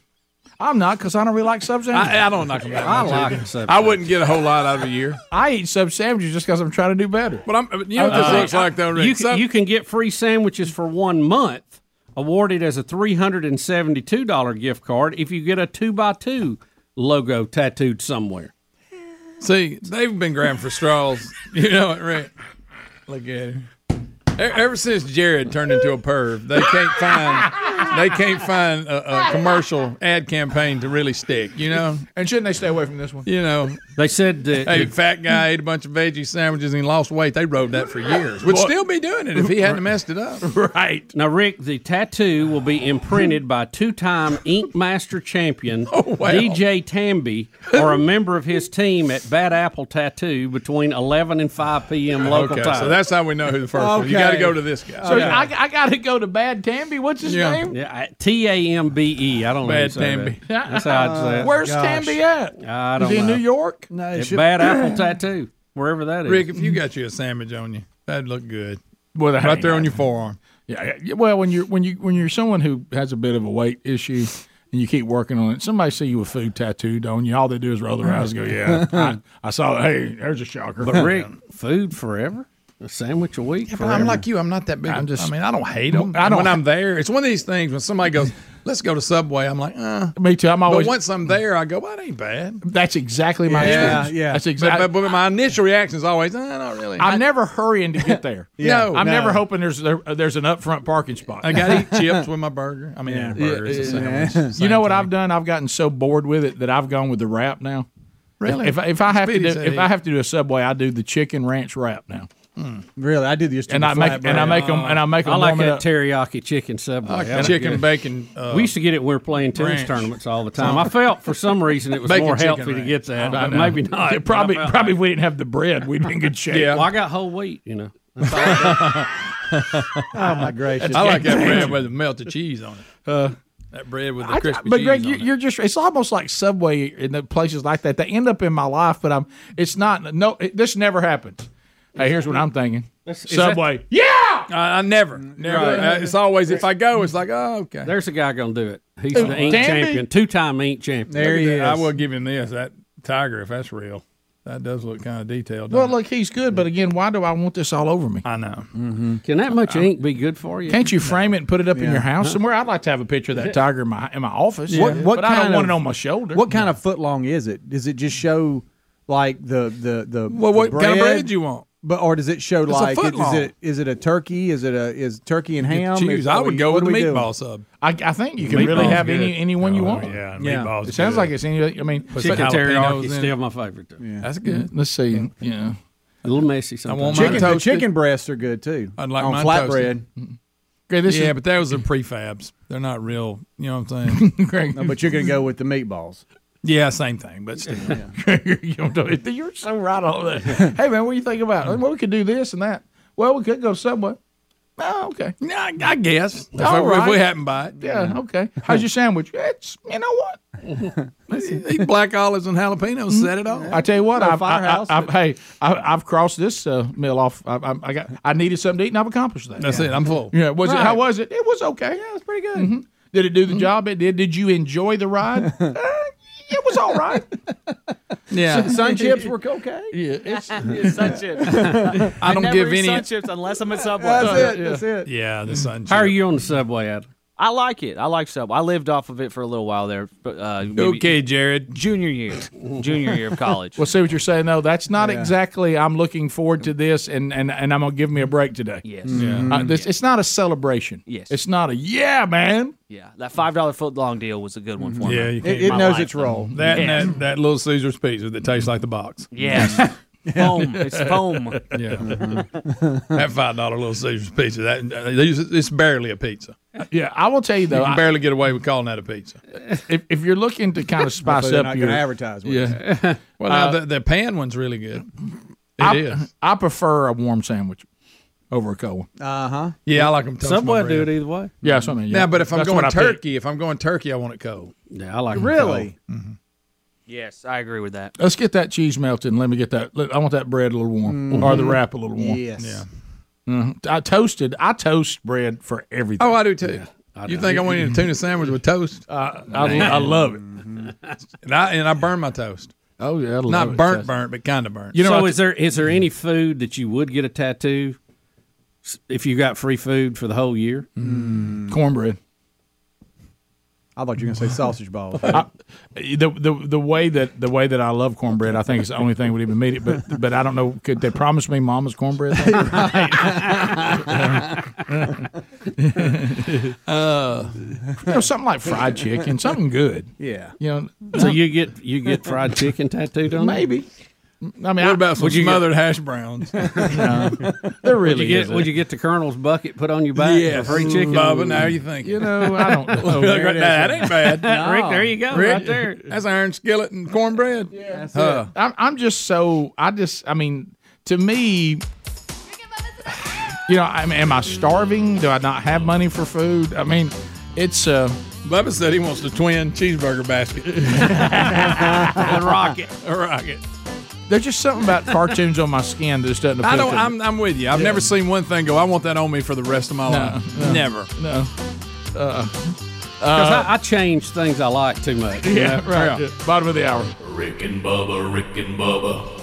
Speaker 17: I'm not because I don't really like sub sandwiches.
Speaker 4: I, I don't knock them down.
Speaker 17: I
Speaker 4: much
Speaker 17: like
Speaker 4: either.
Speaker 17: sub
Speaker 4: I wouldn't get a whole lot out of a year.
Speaker 17: I eat sub sandwiches just because I'm trying to do better.
Speaker 4: But I'm, you know what this
Speaker 2: Uh,
Speaker 4: looks like though, Rick?
Speaker 2: You can,
Speaker 4: Sub-
Speaker 2: you can get free sandwiches for one month, awarded as a three hundred and seventy-two dollar gift card if you get a two by two logo tattooed somewhere.
Speaker 4: See, they've been grabbing for straws. You know it, Rick. Look at him. E- Ever since Jared turned into a perv, they can't find they can't find a, a commercial ad campaign to really stick. You know,
Speaker 17: and shouldn't they stay away from this one?
Speaker 4: you know.
Speaker 2: They said that
Speaker 4: Hey, fat guy ate a bunch of veggie sandwiches and he lost weight. They rode that for years. Would
Speaker 2: Boy-
Speaker 4: still be doing it if he hadn't messed it up.
Speaker 2: Right. Now, Rick, the tattoo will be imprinted by two time Ink Master champion
Speaker 1: Oh,
Speaker 2: DJ Tamby or a member of his team at Bad Apple Tattoo between 11 and 5 p.m. local
Speaker 4: okay,
Speaker 2: time.
Speaker 4: so that's how we know who the first was. You got to go to this guy.
Speaker 17: So I, I got to go to Bad Tamby. What's his name?
Speaker 2: Yeah, T A M B E. I don't know. how you
Speaker 17: Bad
Speaker 2: say that.
Speaker 17: Tamby.
Speaker 2: That's how I'd say it.
Speaker 17: Where's Tamby at?
Speaker 2: I
Speaker 17: Is
Speaker 2: don't
Speaker 17: he in
Speaker 2: know.
Speaker 17: New York? No,
Speaker 2: At Bad Apple Tattoo, wherever that is.
Speaker 4: Rick, if you got you a sandwich on you, that'd look good.
Speaker 1: With a
Speaker 4: right there
Speaker 1: hangout.
Speaker 4: on your forearm.
Speaker 1: Yeah, yeah, well, when you're when you when you're someone who has a bit of a weight issue and you keep working on it, somebody see you with food tattooed on you, all they do is roll their eyes and go, "Yeah, I, I saw that. Hey, there's a shocker."
Speaker 2: But, Rick, food forever? A sandwich a week?
Speaker 4: But I'm like you. I'm not that big. I'm just. I mean, I don't hate them.
Speaker 1: I
Speaker 4: I
Speaker 1: don't-
Speaker 4: don't. When I'm there, it's one of these things when somebody goes, "Let's go to Subway." I'm like, uh.
Speaker 1: Me too. I'm always.
Speaker 4: but once I'm there, I go, "Well, that ain't bad."
Speaker 1: that's exactly my experience. That's exactly.
Speaker 4: But, but, but my initial reaction is always, "Uh, not really."
Speaker 1: I'm never hurrying to get there.
Speaker 4: Yeah. No,
Speaker 1: I'm
Speaker 4: no.
Speaker 1: never hoping there's there, there's an upfront parking spot.
Speaker 4: I got to eat chips with my burger. I mean, yeah. burgers, a sandwich.
Speaker 1: You know what I've done? I've gotten so bored with it that I've gone with the wrap now.
Speaker 4: Really?
Speaker 1: If, if, if I have
Speaker 4: Speedy
Speaker 1: to do,
Speaker 4: said
Speaker 1: if
Speaker 4: he-
Speaker 1: I have to do a subway, I do the chicken ranch wrap now.
Speaker 5: Really, I do this.
Speaker 1: And I make and I make them and I make them
Speaker 2: I like
Speaker 1: warm it
Speaker 2: that
Speaker 1: up.
Speaker 2: teriyaki chicken subway.
Speaker 1: like
Speaker 2: I like
Speaker 1: chicken
Speaker 2: it.
Speaker 4: bacon, uh,
Speaker 2: we used to get it. when We were playing tennis
Speaker 1: ranch.
Speaker 2: tournaments all the time. I felt for some reason it was
Speaker 1: Bacon
Speaker 2: more
Speaker 1: chicken
Speaker 2: healthy to
Speaker 1: ranch.
Speaker 2: get that,
Speaker 1: I
Speaker 2: but
Speaker 1: know.
Speaker 2: maybe not.
Speaker 1: Yeah, probably,
Speaker 2: But I felt
Speaker 1: probably if we didn't have the bread, we'd be in good shape.
Speaker 2: like- Well, I got whole wheat. You know.
Speaker 1: Oh, my gracious.
Speaker 4: I like that
Speaker 1: Dang.
Speaker 4: bread with the melted cheese on it. that bread with the
Speaker 1: Uh, I-
Speaker 4: crispy
Speaker 1: but
Speaker 4: cheese.
Speaker 1: Greg,
Speaker 4: on
Speaker 1: you,
Speaker 4: it.
Speaker 1: you're just—it's almost like Subway and the places like that. They end up in my life, but I'm—it's not. No, it, this never happened. Hey, here's what I'm thinking:
Speaker 4: is that-
Speaker 1: Subway. yeah,
Speaker 4: I, I never, never.
Speaker 1: Mm, Right.
Speaker 4: Uh, it's always if I go, it's like, oh, okay.
Speaker 2: There's a guy gonna do it. He's
Speaker 4: Who,
Speaker 2: the ink
Speaker 4: Danby?
Speaker 2: champion, two-time ink champion.
Speaker 4: Look at that. I will give him this. That tiger, if that's real, that does look kind of detailed.
Speaker 1: Well, look, he's good, but again, why do I want this all over me?
Speaker 4: I know.
Speaker 2: Can that much ink be good for you?
Speaker 1: Can't you frame it and put it up in
Speaker 2: Yeah.
Speaker 1: your house
Speaker 2: Huh?
Speaker 1: somewhere? I'd like to have a picture of that tiger in my in my office.
Speaker 5: What, what
Speaker 1: but
Speaker 5: kind
Speaker 1: I don't
Speaker 5: of,
Speaker 1: want it on my shoulder.
Speaker 5: What kind of foot long is it? Does it just show like the the the
Speaker 4: Well,
Speaker 5: the
Speaker 4: what kind of bread you want?
Speaker 5: But or does it show
Speaker 4: It's a
Speaker 5: like
Speaker 4: foot
Speaker 5: it, is
Speaker 4: long.
Speaker 5: it is it a turkey? Is it a is turkey and
Speaker 4: You get
Speaker 5: ham?
Speaker 4: to choose.
Speaker 5: Is-
Speaker 4: I
Speaker 5: what
Speaker 4: would
Speaker 5: we-
Speaker 4: go
Speaker 5: what
Speaker 4: with
Speaker 5: do
Speaker 4: the
Speaker 5: we do?
Speaker 4: meatball sub.
Speaker 1: I, I think you can really
Speaker 4: Meatball's
Speaker 1: have any
Speaker 4: good. Oh,
Speaker 1: any one you want.
Speaker 4: yeah, meatball's
Speaker 1: It sounds
Speaker 4: good.
Speaker 1: like it's any. I mean,
Speaker 4: Put some Chicken jalapenos teriyaki in. still
Speaker 2: my favorite. Though.
Speaker 4: That's good.
Speaker 1: Let's see. Yeah,
Speaker 2: a little messy.
Speaker 4: I want
Speaker 2: Sometimes.
Speaker 4: mine
Speaker 5: Chicken, the
Speaker 4: toasted.
Speaker 5: chicken breasts are good too.
Speaker 4: I'd like
Speaker 5: on
Speaker 4: mine
Speaker 5: flatbread.
Speaker 4: toasted. yeah,
Speaker 5: is-
Speaker 4: but those are prefabs. They're not real. You know what I'm saying?
Speaker 1: Greg.
Speaker 5: No, but you're gonna go with the meatballs.
Speaker 4: yeah, same thing, but still.
Speaker 1: you don't know it. You're so right on that. hey man, what do you think about? it? Well, we could do this and that. Well, we could go somewhere. Oh, okay.
Speaker 4: Yeah, I, I guess. If,
Speaker 1: All
Speaker 4: I- if
Speaker 1: right.
Speaker 4: we happen by it.
Speaker 1: Yeah, okay. How's your sandwich? It's you know what.
Speaker 4: Eat black olives and jalapenos. Set it off.
Speaker 1: I tell you what,
Speaker 4: No
Speaker 1: I've, I,
Speaker 4: firehouse,
Speaker 1: I, I've hey, I, I've crossed this uh, meal off. I, I, I got, I needed something to eat, and I've accomplished that.
Speaker 4: That's it. I'm full.
Speaker 1: Yeah, was it? How
Speaker 4: Right.
Speaker 1: was it? It was okay. Yeah, it was pretty good. Did it do the job? It did. Did you enjoy the ride? Uh, it was all right.
Speaker 4: Yeah.
Speaker 5: Sun chips were okay.
Speaker 1: Yeah,
Speaker 18: Yeah, sun chips.
Speaker 4: I don't
Speaker 18: never
Speaker 4: give
Speaker 18: eat
Speaker 4: any-
Speaker 18: sun chips unless I'm at Subway.
Speaker 5: it.
Speaker 4: Yeah, the sun.
Speaker 2: How are you on the subway, Adam?
Speaker 18: I like it. I like Subway. I lived off of it for a little while there. But, uh, maybe
Speaker 4: Okay, Jared.
Speaker 18: Junior year, junior year of college.
Speaker 1: Well, see what you're saying. though. that's not exactly. I'm looking forward to this, and and, and I'm gonna give me a break today.
Speaker 18: Yes.
Speaker 1: Uh, this, It's not a celebration.
Speaker 18: Yes.
Speaker 1: It's not a yeah, man.
Speaker 18: Yeah, that five dollar foot long deal was a good one for me.
Speaker 4: Yeah, you can't-
Speaker 18: My life, though.
Speaker 4: That
Speaker 18: Yes.
Speaker 4: and that, that little Caesar's pizza that tastes like the box.
Speaker 18: Yes. Foam. It's foam.
Speaker 4: Yeah. that five dollar little Caesar's pizza. That uh, it's barely a pizza.
Speaker 1: Yeah, I will tell you though.
Speaker 4: you can
Speaker 1: I-
Speaker 4: barely get away with calling that a pizza.
Speaker 1: if, if you're looking to kind of spice
Speaker 4: they're
Speaker 1: up
Speaker 4: not
Speaker 1: your
Speaker 4: gonna advertise with
Speaker 1: yeah.
Speaker 4: Well, now the, the pan one's really good.
Speaker 1: I,
Speaker 4: It is.
Speaker 1: I prefer a warm sandwich over a cold one.
Speaker 5: Uh huh.
Speaker 4: Yeah, I like them.
Speaker 2: Subway do it either way.
Speaker 1: Yeah, that's what I mean. Yeah.
Speaker 4: Now, but if I'm
Speaker 1: That's what
Speaker 4: going
Speaker 1: I pick.
Speaker 4: turkey, if I'm going turkey, I want it cold.
Speaker 2: Yeah, I like
Speaker 5: them Really?
Speaker 18: Yes, I agree with that.
Speaker 1: Let's get that cheese melted. and Let me get that. let- I want that bread a little warm,
Speaker 4: Mm-hmm.
Speaker 1: or the wrap a little warm.
Speaker 5: Yes.
Speaker 1: Mhm. I toasted. I toast bread for everything.
Speaker 4: Oh, I do too. You think I went in a tuna sandwich with toast? I, I, I love it. And I and I burn my toast.
Speaker 1: Oh yeah,
Speaker 4: not burnt, burnt, but kind of burnt.
Speaker 2: You know, so
Speaker 4: I-
Speaker 2: is there is there any food that you would get a tattoo s- if you got free food for the whole year?
Speaker 1: Cornbread.
Speaker 5: I thought you were going to say sausage balls.
Speaker 1: I, the, the the way that the way that I love cornbread, I think it's the only thing that would even meet it. But but I don't know. Could they promise me Mama's cornbread?
Speaker 4: uh,
Speaker 1: you know, something like fried chicken, something good.
Speaker 4: Yeah.
Speaker 1: you know.
Speaker 2: So you get you get fried chicken tattooed on?
Speaker 1: Maybe. I mean,
Speaker 4: what about some
Speaker 2: would you get-
Speaker 4: smothered hash browns?
Speaker 1: There
Speaker 2: Would
Speaker 1: really
Speaker 2: you get,
Speaker 1: isn't.
Speaker 2: would you get the colonel's bucket put on your back
Speaker 4: Yes.
Speaker 2: for free chicken?
Speaker 4: Bubba, now you think.
Speaker 1: You know, I don't know.
Speaker 4: Look right there, that ain't bad.
Speaker 2: Rick, there you go, right there.
Speaker 4: That's iron skillet and cornbread. Yeah,
Speaker 1: That's it. I'm, I'm just so I just I mean to me, you know, I mean, am I starving? Do I not have money for food? I mean, it's. Uh,
Speaker 4: Bubba said he wants the twin cheeseburger basket.
Speaker 1: and
Speaker 4: rocket, a rocket.
Speaker 1: There's just something about cartoons on my skin that just doesn't. Appeal
Speaker 4: I don't.
Speaker 1: to me.
Speaker 4: I'm, I'm with you. I've
Speaker 1: Yeah.
Speaker 4: never seen one thing go. I want that on me for the rest of my
Speaker 1: No,
Speaker 4: life.
Speaker 1: no,
Speaker 4: never.
Speaker 1: No. Uh,
Speaker 2: Because I, I change things I like too much. you
Speaker 6: Yeah,
Speaker 2: know?
Speaker 6: right.
Speaker 1: Bottom of the hour.
Speaker 6: Rick and Bubba, Rick and Bubba.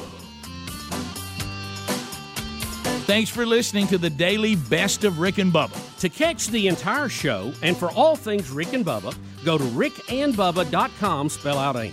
Speaker 1: Thanks for listening to the daily best of Rick and Bubba.
Speaker 19: To catch the entire show and for all things Rick and Bubba, go to rickandbubba.com, spell out AIM.